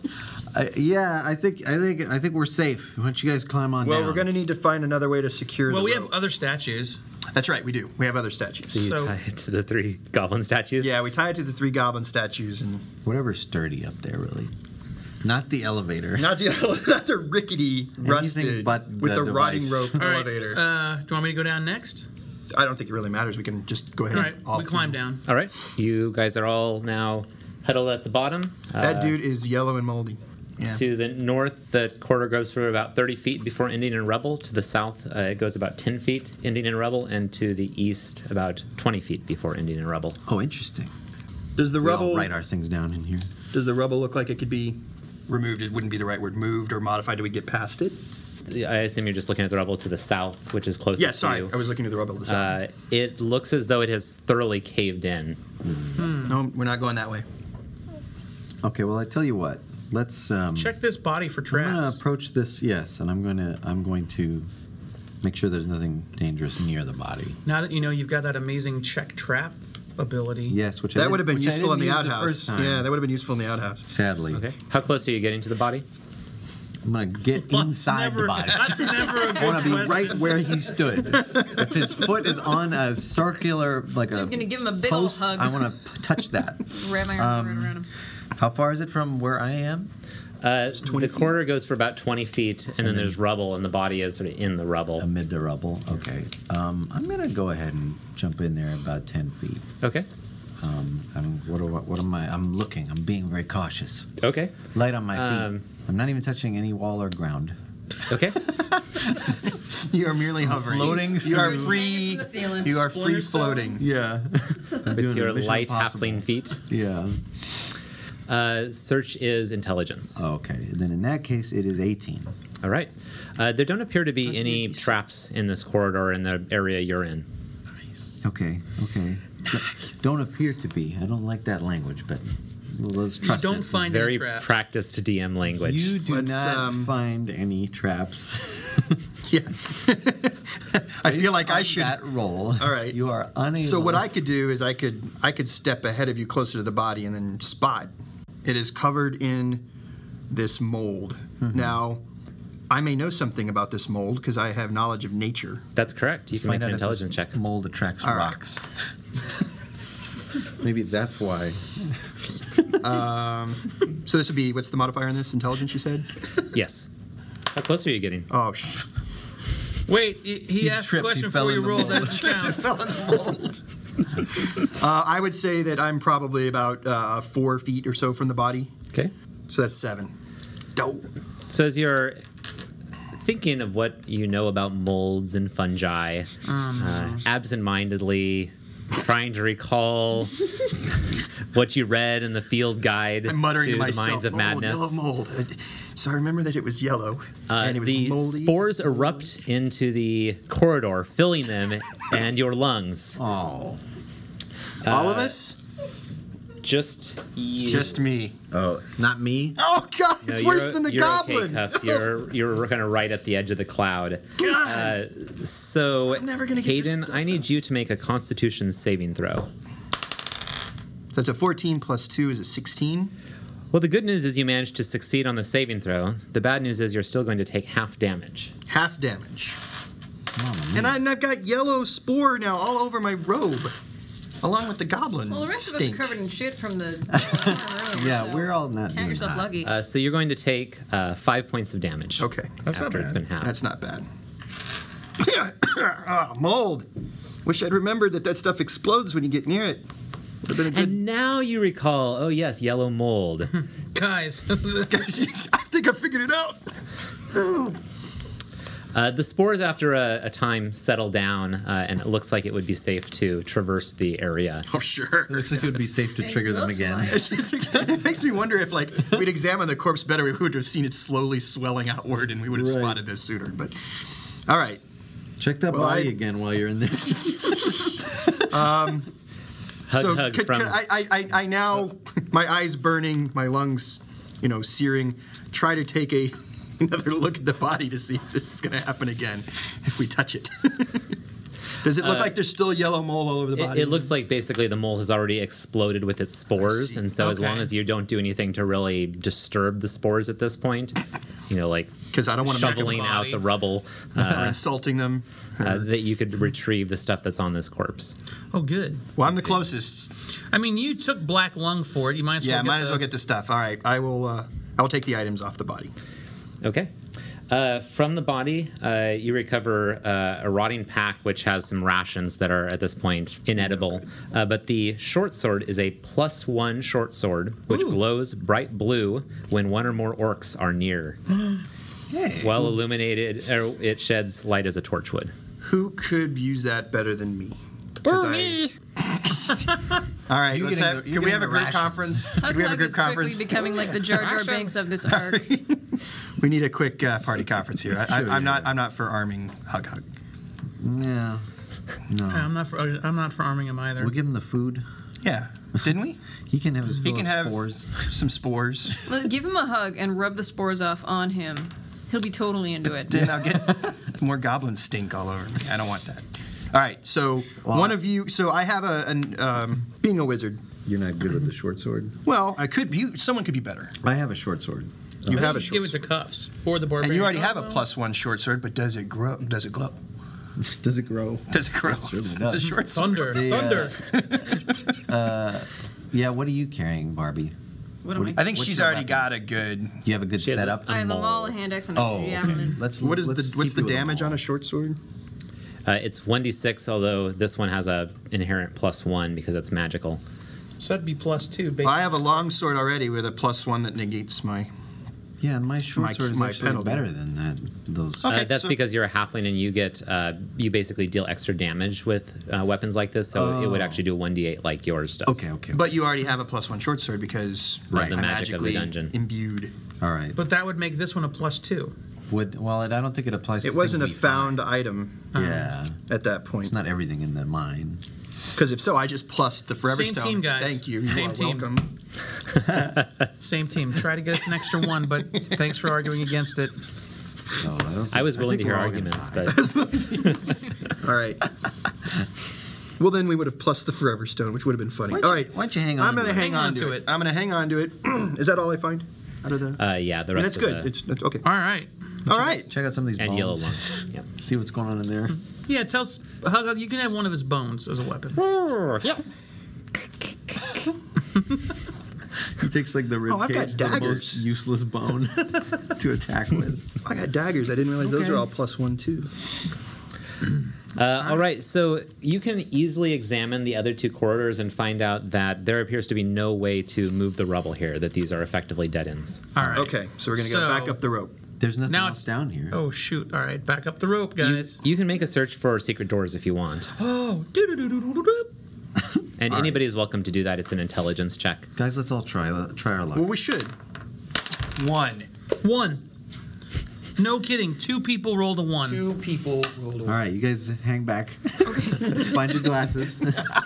I, yeah, I think I think I think we're safe. Why don't you guys climb on
Well,
down?
we're gonna need to find another way to secure.
Well,
the
we
rope.
have other statues.
That's right, we do. We have other statues.
So you
So-
tie it to the three goblin statues?
Yeah, we tie it to the three goblin statues and
Whatever's sturdy up there, really. Not the elevator.
not the not the rickety rusted
but
with
the
the rotting
device.
rope
All right,
elevator.
Uh, do you want me to go down next?
I don't think it really matters. We can just go ahead.
All right.
and off
we climb
the-
down.
All right, you guys are all now huddled at the bottom.
That
Uh,
dude is yellow and moldy. Yeah.
To the north, the corridor goes for about 30 feet before ending in rubble. To the south, uh, it goes about 10 feet, ending in rubble. And to the east, about 20 feet before ending in rubble.
Oh, interesting.
Does the
We
rubble
all write our things down in here.
does the rubble look like it could be removed? It wouldn't be the right word. Moved or modified? Do we get past it?
I assume you're just looking at the rubble to the south, which is closest
Yeah.
to
Sorry,
you.
I was looking at the rubble. Of the side.
uh, it looks as though it has thoroughly caved in.
no, we're not going that way.
Okay. Well, I tell you what. Let's um,
Check this body for
I'm gonna
traps.
approach this. Yes, and I'm gonna I'm going to make sure there's nothing dangerous near the body.
Now that you know you've got that amazing check trap ability.
Yes, which I
That
did-
would have been
which I
useful in
didn't
the
use
outhouse.
first time.
yeah, that would have been useful in the outhouse.
Sadly,
Okay. How close are you getting to the body?
I'm gonna get
That's
inside
never,
the body.
That's never a
I want
good
to be
question.
right where he stood. if his foot is on a circular, like a
Just gonna give him a big ol'
post,
hug.
I want to touch that.
Wrap my
um,
arm right around him.
How far is it from where I am?
Uh, the corridor goes for about 20 feet, and, then Um, there's rubble, and the body is sort of in the rubble.
Amid the rubble. Okay. Um, I'm gonna go ahead and jump in there about ten feet.
okay.
Um, I'm, what, do I, what am I? I'm looking. I'm being very cautious.
Okay.
Light on my feet.
Um,
I'm not even touching any wall or ground.
Okay.
You are merely hovering.
Floating
You are
through- Hanging
free.
from the ceiling.
You are
Splinter
free
cell.
floating.
Yeah.
With your light halfling feet.
Yeah.
Uh, search is intelligence.
Okay. Then in that case, it is 18.
All right. Uh, there don't appear to be any traps in this corridor in the area you're in.
Okay. Okay. Don't appear to be. I don't like that language, but let's
You
trust
don't
it.
find any
Very
trap.
practiced DM language.
You do
Let's,
not
um,
find any traps.
Yeah. I feel like I
On
should.
that roll.
All right.
You are unable.
So what I could do is I could I could step ahead of you closer to the body and then spot. It is covered in this mold. Now, I may know something about this mold because I have knowledge of nature.
That's correct. You can make
find out
an
if this
intelligence check.
Mold attracts
All right.
rocks. Maybe that's why.
So this would be what's the modifier on this? Intelligence, you said?
Yes. How close are you getting?
Oh, sh-
Wait, he, he
You
asked
tripped,
a question
you
before
fell
you
in the
rolled
mold.
that count.
fell in the mold. uh, I would say that I'm probably about uh, four feet or so from the body.
Okay.
So that's seven. Dope.
So as you're thinking of what you know about molds and fungi,
Um,
uh, absentmindedly trying to recall what you read in the field guide
I'm muttering
to
to,
the
myself, "Oh,
minds of
mold,
madness.
yellow mold. Uh, So I remember that it was yellow.
Uh,
and it was
the
moldy.
spores erupt into the corridor, filling them and your lungs. Oh.
All of us?
Just uh, you.
Just me.
Oh, not me?
Oh God, it's worse than the
you're okay,
goblin.
Cuffs. You're you're kind of right at the edge of the cloud.
God.
Uh, so
I'm never gonna get this
Hayden, I need you to make a Constitution saving throw.
That's a 14 plus two is a 16.
Well, the good news is you managed to succeed on the saving throw. The bad news is you're still going to take half damage.
Half damage. And, I, and I've got yellow spore now all over my robe, along with the goblin.
Well, the rest
stink.
of us are covered in shit from the. room, so
not.
Count yourself lucky.
Uh, so you're going to take uh, five points of damage.
Okay,
that's after it's been halved.
That's not bad. Ah, mold. Wish I'd remembered that that stuff explodes when you get near it. Would've been a good-
And now you recall. Oh yes, yellow mold.
Guys.
I think I figured it out.
Uh, the spores, after a, a time, settle down, uh, and it looks like it would be safe to traverse the area.
Oh, sure. It
looks like it would be safe to
it makes me wonder if, like, we'd examined the corpse better, we would have seen it slowly swelling outward, and we would have
Right.
spotted this sooner. But all right,
Check that
Well,
body
I-
again while you're in there.
um,
Hug,
so
hug
could-
from-
could I, I, I- I now, my eyes burning, my lungs, you know, searing. Try to take a another look at the body to see if this is going to happen again if we touch it. Does it look
Uh,
like there's still yellow mole all over the
It,
body?
it looks like basically the mole has already exploded with its spores, and so as
Okay.
long as you don't do anything to really disturb the spores at this point, you know, like
because I don't wanna make a
shoveling uh, out
body.
the rubble
or insulting them,
uh, that you could retrieve the stuff that's on this corpse.
Oh, good.
Well, I'm the closest.
I mean, you took black lung for it. You might as well.
yeah,
get
might as
the-
well get the stuff. All right, I will. Uh, I will take the items off the body.
Okay. Uh, from the body, uh, you recover uh, a rotting pack which has some rations that are at this point inedible. Uh, but the short sword is a plus one short sword, which glows bright blue when one or more orcs are near. Well illuminated, er, it sheds light as a torch would.
Who could use that better than me?
Or
I-
me.
All right,
You getting
let's have,
the- you
can
getting
we have a
the
group
rations.
conference?
Hug
Can we have a
Hug
group
is
conference?
quickly becoming like the Jar Jar Banks of this arc.
We need a quick uh, party conference here. I,
Sure,
I, I'm not. I'm not for arming Hug Hug.
yeah. No.
I'm not for. I'm not for arming him either.
We'll give him the food.
Yeah. Didn't we?
he can have his
He
fill
can
of
have
spores.
some spores.
Look, give him a hug and rub the spores off on him. He'll be totally into it.
Then I'll get more goblin stink all over me. I don't want that. All right. So one of you. So I have a an, um, being a wizard.
You're not good with the short sword.
Well, I could. You someone could be better.
I have a short sword.
You have a
should give it to cuffs or the barbarian.
And you already have a plus one short sword, but does it grow? Does it glow?
Does it grow?
Does it grow? It's a short sword.
Thunder,
The, uh,
thunder.
Uh, yeah. What are you carrying, Barbie?
What am I?
I think she's already got a good.
You have a good setup.
I have a maul, a hand axe, and a
Oh, okay.
javelin.
Let's.
What is
let's
the what's
keep
the
you with a
damage on a short sword?
Uh, it's 1d6, although this one has a inherent plus one because it's magical.
So that'd be plus two. Basically.
I have a long sword already with a plus one that negates my.
Yeah, and my short
My-
sword is
my
actually
penalty.
better than that. Those.
uh, that's because you're a halfling and you get uh, you basically deal extra damage with uh, weapons like this, so it would
Oh.
actually do one d8 like yours does.
Okay. Okay.
But you already have a plus one short sword because
Right.
I'm
The magic of
magically
the dungeon.
imbued.
All right.
But that would make this one a plus two.
Would well, it, I don't think it applies. to
It wasn't a
things
found item
we- Yeah.
at that point
It's not everything in the mine.
because if so, I just plus the forever
Same
stone.
team, guys.
Thank you. You
Same
are
team.
welcome.
Same team. Try to get us an extra one, but thanks for arguing against it.
No, I, don't
I was
think-
willing to
think
hear
we're all gonna
arguments,
die.
but
All right. Well, then we would have plus the forever stone, which would have been funny.
Why don't
All
you-
right.
why don't you hang on
I'm
to
gonna
it?
hang, on to it. I'm gonna hang on to it. Is that all I find? Out of the.
uh, yeah, the
And that's
rest of
good.
the
It's, that's okay.
All right.
All right.
Check out some of these
and
bones.
yellow lung. Yeah.
See what's going on in there.
Yeah, tell us. Hug, hug, you can have one of his bones as a weapon.
Yes.
He takes like the rib
Oh, I've got
cage, the
daggers.
most useless bone to attack with.
I got daggers. I didn't realize those
Okay.
are all plus one too.
Uh, all right, so you can easily examine the other two corridors and find out that there appears to be no way to move the rubble here. That these are effectively dead ends.
All right.
Okay, so we're gonna go
So-
back up the rope.
There's nothing
Now
else down here.
Oh shoot! All right, back up the rope,
You,
guys.
you can make a search for secret doors if you want.
Oh, doo-doo-doo-doo-doo-doo.
And anybody is welcome to do that. It's an intelligence check.
Guys, let's all try uh, try our luck.
Well, we should. One.
one. No kidding. Two people rolled a one.
Two people rolled a
All right, you guys hang back. Find your glasses.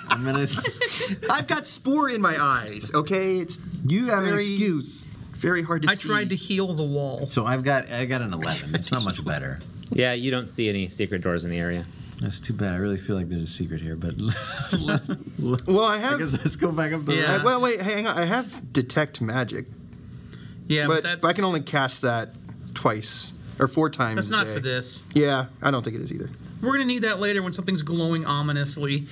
I'm gonna.
I've got spore in my eyes. Okay, it's
You have
Very-
an excuse.
very hard to
I
see.
tried to heal the wall.
So I've got I got an 11. It's not much better.
Yeah, you don't see any secret doors in the area.
That's too bad. I really feel like there's a secret here, but
Well, I
I
have.
guess let's go back up the.
Yeah.
I- well, wait, hang on. I have detect magic,
Yeah,
but,
but,
but
that's
I can only cast that twice or four times.
that's
a
not
day.
for this.
Yeah, I don't think it is either.
We're gonna need that later when something's glowing ominously.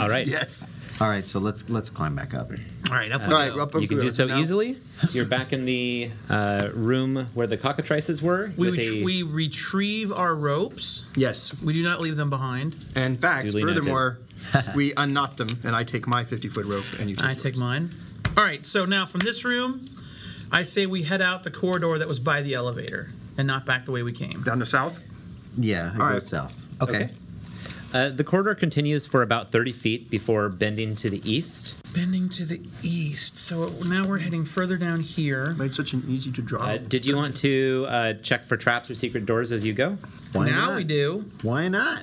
All right.
Yes.
All right, so let's let's climb back up.
All right, up we
All right,
go.
up, up
You can do
goes.
so
Now-
easily. You're back in the uh, room where the cockatrices were.
We,
with
ret-
a-
we retrieve our ropes.
Yes.
We do not leave them behind.
And in fact,
Duly noted.
furthermore, we unknot them, and I take my 50 foot rope, and you take.
I take mine. All right, so now from this room, I say we head out the corridor that was by the elevator and not back the way we came.
down to south.
Yeah, it
All
goes
right.
south.
Okay. Uh, the corridor continues for about 30 feet before bending to the east.
Bending to the east. So now we're heading further down here.
Made such an easy to draw.
Uh, did you want to uh, check for traps or secret doors as you go?
Why
now
not?
we do.
Why not?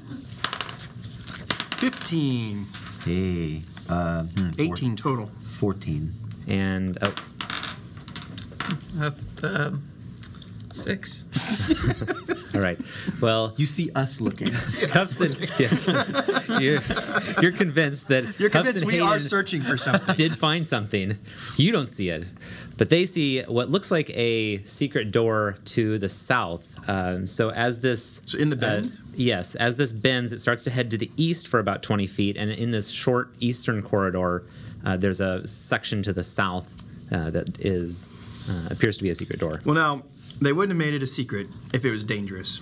15,
Hey, uh, hmm, four-
18 total.
14.
And oh,
Uh, uh, six.
all right. Well,
You see us looking.
Cuffs and yes, you're, you're convinced that
You're
Cuffs
convinced
and
we are
Hayden-
searching for something.
did find something. You don't see it, but they see what looks like a secret door to the south. Um, so as this, uh,
So in the bend?
yes, as this bends, it starts to head to the east for about 20 feet, and in this short eastern corridor, uh, there's a section to the south uh, that is uh, appears to be a secret door.
well, now, they wouldn't have made it a secret if it was dangerous.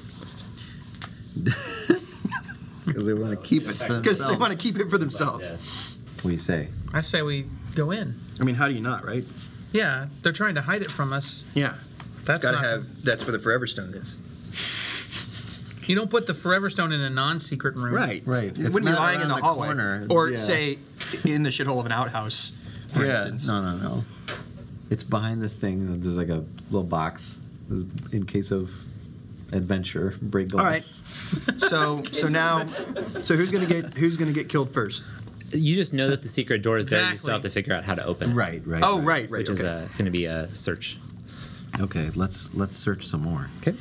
Because they want to keep it for
Because they
themselves.
want to keep it for themselves.
What do you say?
I say we go in.
I mean, how do you not, right?
Yeah, they're trying to hide it from us.
Yeah.
That's
Gotta
not,
have, that's where the Forever Stone is.
You don't put the Forever Stone in a non-secret room.
Right.
Right.
You
It's
wouldn't be
not
lying in
around
the,
the
hallway.
corner.
Or
Yeah.
say, in the shithole of an outhouse, for instance.
No, no, no. It's behind this thing. There's like a little box in case of adventure. Break glass.
All right. So so now, so who's gonna get who's gonna get killed first?
You just know that the secret door is there. You still
Exactly.
have to figure out how to open it.
Right, right.
Oh right, right.
Which is
okay.
uh, going to be a search.
Okay, let's let's search some more.
Okay.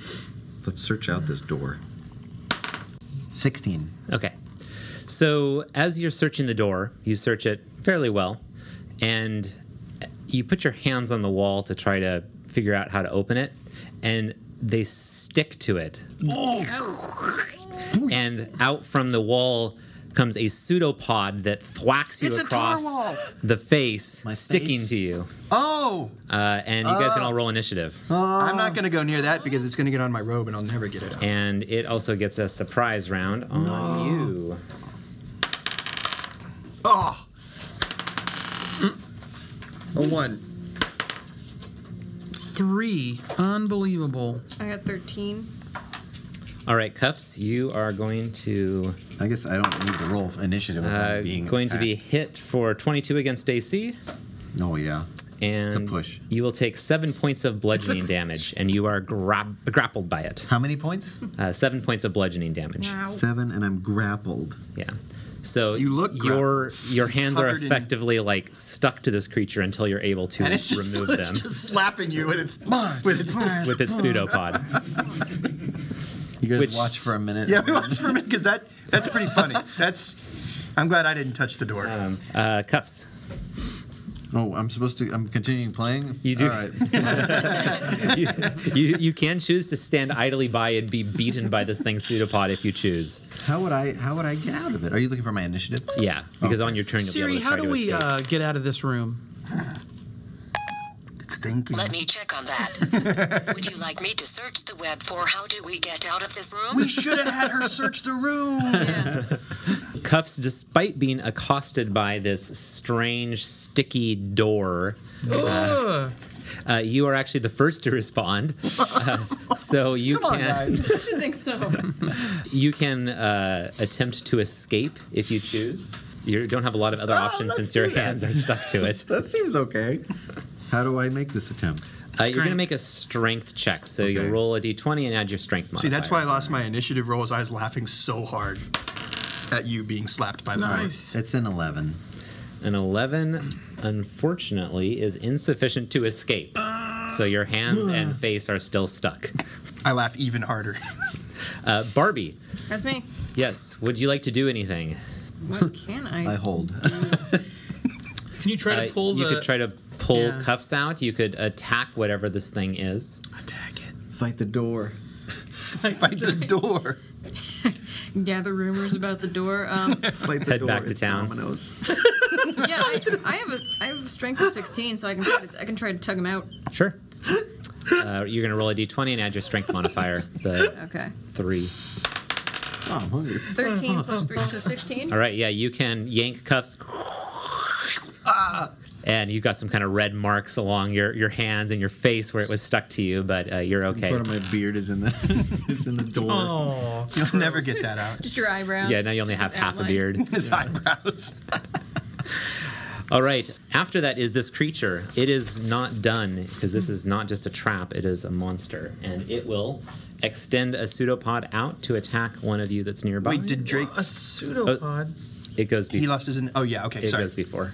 Let's search out this door. 16.
Okay. So as you're searching the door, you search it fairly well, and you put your hands on the wall to try to figure out how to open it, and they stick to it. And out from the wall comes a pseudopod that thwacks you
It's a
across
narwhal!
the face,
My
sticking
face?
to you.
oh,
Uh, and you guys can all roll initiative.
I'm
Um,
not gonna go near that because it's gonna get on my robe and I'll never get it out.
And it also gets a surprise round on you.
Oh. A one.
Three. Unbelievable.
I got 13.
All right, Cuffs, you are going to
I guess I don't need to roll initiative if
Uh,
I'm being
going to be
attacked.
hit for 22 against AC,
No, Oh, yeah.
and
push.
you will take seven points of bludgeoning damage, and you are grab- grappled by it.
How many points?
Uh, seven points of bludgeoning damage.
Seven, and I'm grappled.
Yeah. So
You look
your your hands are
Covered in-
effectively like stuck to this creature until you're able to
And it's just,
remove
it's
them
just slapping you with its with its
with its pseudopod.
You guys
Which-
watch for a minute.
Yeah, we watched for a minute because that that's pretty funny. That's I'm glad I didn't touch the door.
Um, uh, cuffs.
Oh, I'm supposed to. I'm continuing playing.
You
All
do.
right.
you, you you can choose to stand idly by and be beaten by this thing's pseudopod if you choose.
How would I? How would I get out of it? Are you looking for my initiative?
Yeah, because on your turn you'll
Siri,
be able
how
to try
do
to
we
escape.
uh, get out of this room?
it's thinking.
Let me check on that. Would you like me to search the web for how do we get out of this room?
We should have had her search the room.
Yeah.
Cuffs, despite being Uh, accosted by this strange, sticky door,
Ugh.
Uh, you are actually the first to respond, Uh, so you can
I should think so.
you can uh, attempt to escape if you choose. You don't have a lot of
Ah,
other options since your hands are stuck to it.
that seems okay. How do I make this attempt?
Uh, you're going to make a strength check, so you'll roll a d20 and add your strength
See,
modifier.
that's why I lost my initiative roll. Is I was laughing so hard at you being slapped by the horse.
It's an 11. An 11, unfortunately, is insufficient to escape.
Ah.
So your hands and face are still stuck.
I laugh even harder.
Uh, Barbie,
That's me.
yes, would you like to do anything?
What can I?
hold.
Can you try to pull
Uh, You
the-
could try to pull
Yeah.
cuffs out. You could attack whatever this thing is. Attack it. Fight the door.
Fight the door.
Gather rumors about the door. Um,
Head back to town.
yeah, I, I have a I have a strength of 16, so I can try to, I can try to tug him out.
Sure. Uh, you're going to roll a d20 and add your strength modifier, the
Okay.
three. Oh, I'm hungry.
13 plus 3, so 16.
All right, yeah, you can yank cuffs.
Ah.
And you got some kind of red marks along your, your hands and your face where it was stuck to you, but uh, you're okay.
Part of my beard is in the is in the door.
Oh.
You'll never get that out.
Just your eyebrows.
Yeah, now you only have
Just
half a
outline.
beard.
His eyebrows.
All right. After that is this creature. It is not done because this is not just a trap, it is a monster. And it will extend a pseudopod out to attack one of you that's nearby.
Wait, did Drake? A
pseudopod? It goes before.
He lost his. In- oh yeah. Okay.
it
sorry.
goes before.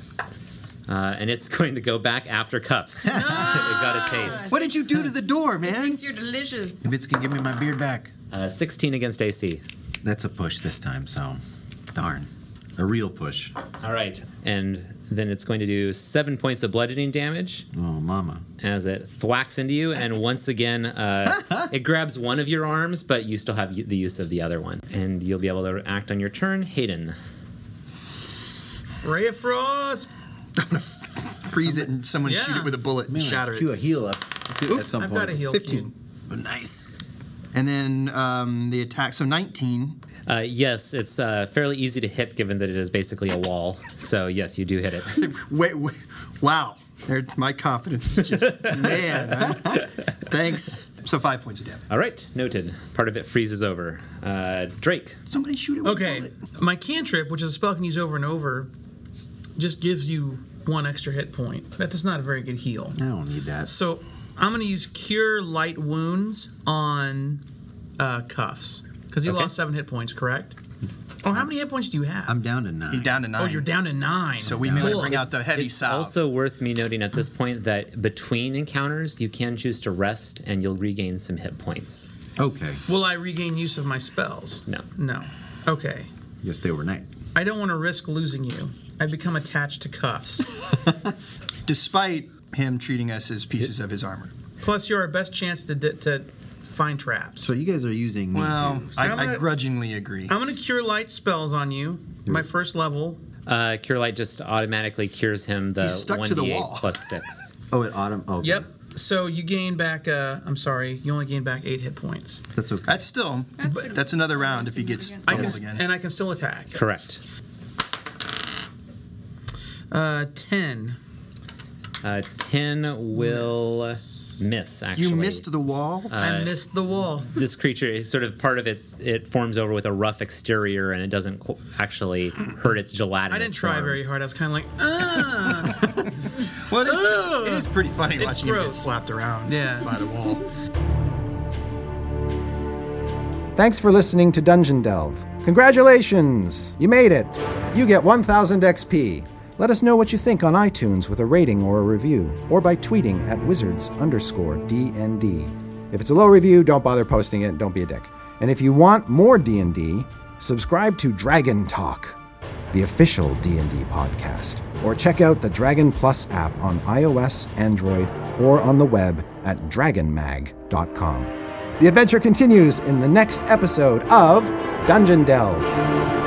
Uh, and it's going to go back after cuffs. it got a taste.
What did you do to the door, man?
Thinks you're delicious.
Vits can give me my beard back. Uh, 16 against AC. That's a push this time, so darn. A real push. All right. And then it's going to do seven points of bludgeoning damage. Oh, mama. As it thwacks into you, and once again, uh, it grabs one of your arms, but you still have y- the use of the other one. And you'll be able to act on your turn. Hayden.
Ray of Frost.
Freeze it and someone shoot
Yeah.
it with a bullet and
Man,
shatter it.
cue a
heal up
at some I've got point. a heal key.
15. Oh, nice. And then um, the attack. So 19.
Uh, yes, it's uh, fairly easy to hit given that it is basically a wall. So, yes, you do hit it.
Wait, wait wow. There- my confidence is just man. huh? Thanks. So five points of damage.
All right, noted. Part of it freezes over. Uh, Drake.
Somebody shoot it. With
Okay, my cantrip, which is a spell I can use over and over, just gives you one extra hit point. That is not a very good heal.
I don't need that.
So I'm going to use Cure Light Wounds on uh, Cuffs because he
Okay.
lost seven hit points, correct? Oh, how many hit points do you have? I'm
down to nine.
You're
down to
Oh, you're down to nine. Cool.
it's Also worth me noting at this point that between encounters, you can choose to rest, and you'll regain some hit points.
Okay.
Will I regain use of my spells?
No.
No. Okay.
You stay overnight.
I don't want to risk losing you. I become attached to cuffs.
Despite him treating us as pieces of his armor.
Plus, you're our best chance to, d- to find traps.
So you guys are using me
Well,
too.
I- I
grudgingly agree.
I'm going to cure light spells on you. My first level.
Uh, Cure Light just automatically cures him the
He's stuck
1d8
to the wall.
plus 6.
Oh, it autumn. Oh,
Yep. So you gain back. Uh, I'm sorry. You only gain back eight hit points.
That's okay.
That's still. That's,
a-
that's another round if he gets
I can,
doubled again.
and I can still attack.
Correct.
Uh, ten.
Uh, 10 will miss, actually.
missed the wall?
I missed the wall.
this creature is sort of part of it it forms over with a rough exterior and it doesn't qu- actually hurt its gelatinous
I didn't try
form.
very hard. I was kind of like, ah.
well, it is, it is pretty funny
It's
watching him get
gross.
slapped around
Yeah.
by the wall.
Thanks for listening to Dungeon Delve. Congratulations! You made it! You get 1000 XP. Let us know what you think on iTunes with a rating or a review, or by tweeting at wizards underscore DND. If it's a low review, don't bother posting it, don't be a dick. And if you want more D&D, subscribe to Dragon Talk, the official D&D podcast, or check out the Dragon Plus app on iOS, Android, or on the web at dragonmag.com. The adventure continues in the next episode of Dungeon Delve.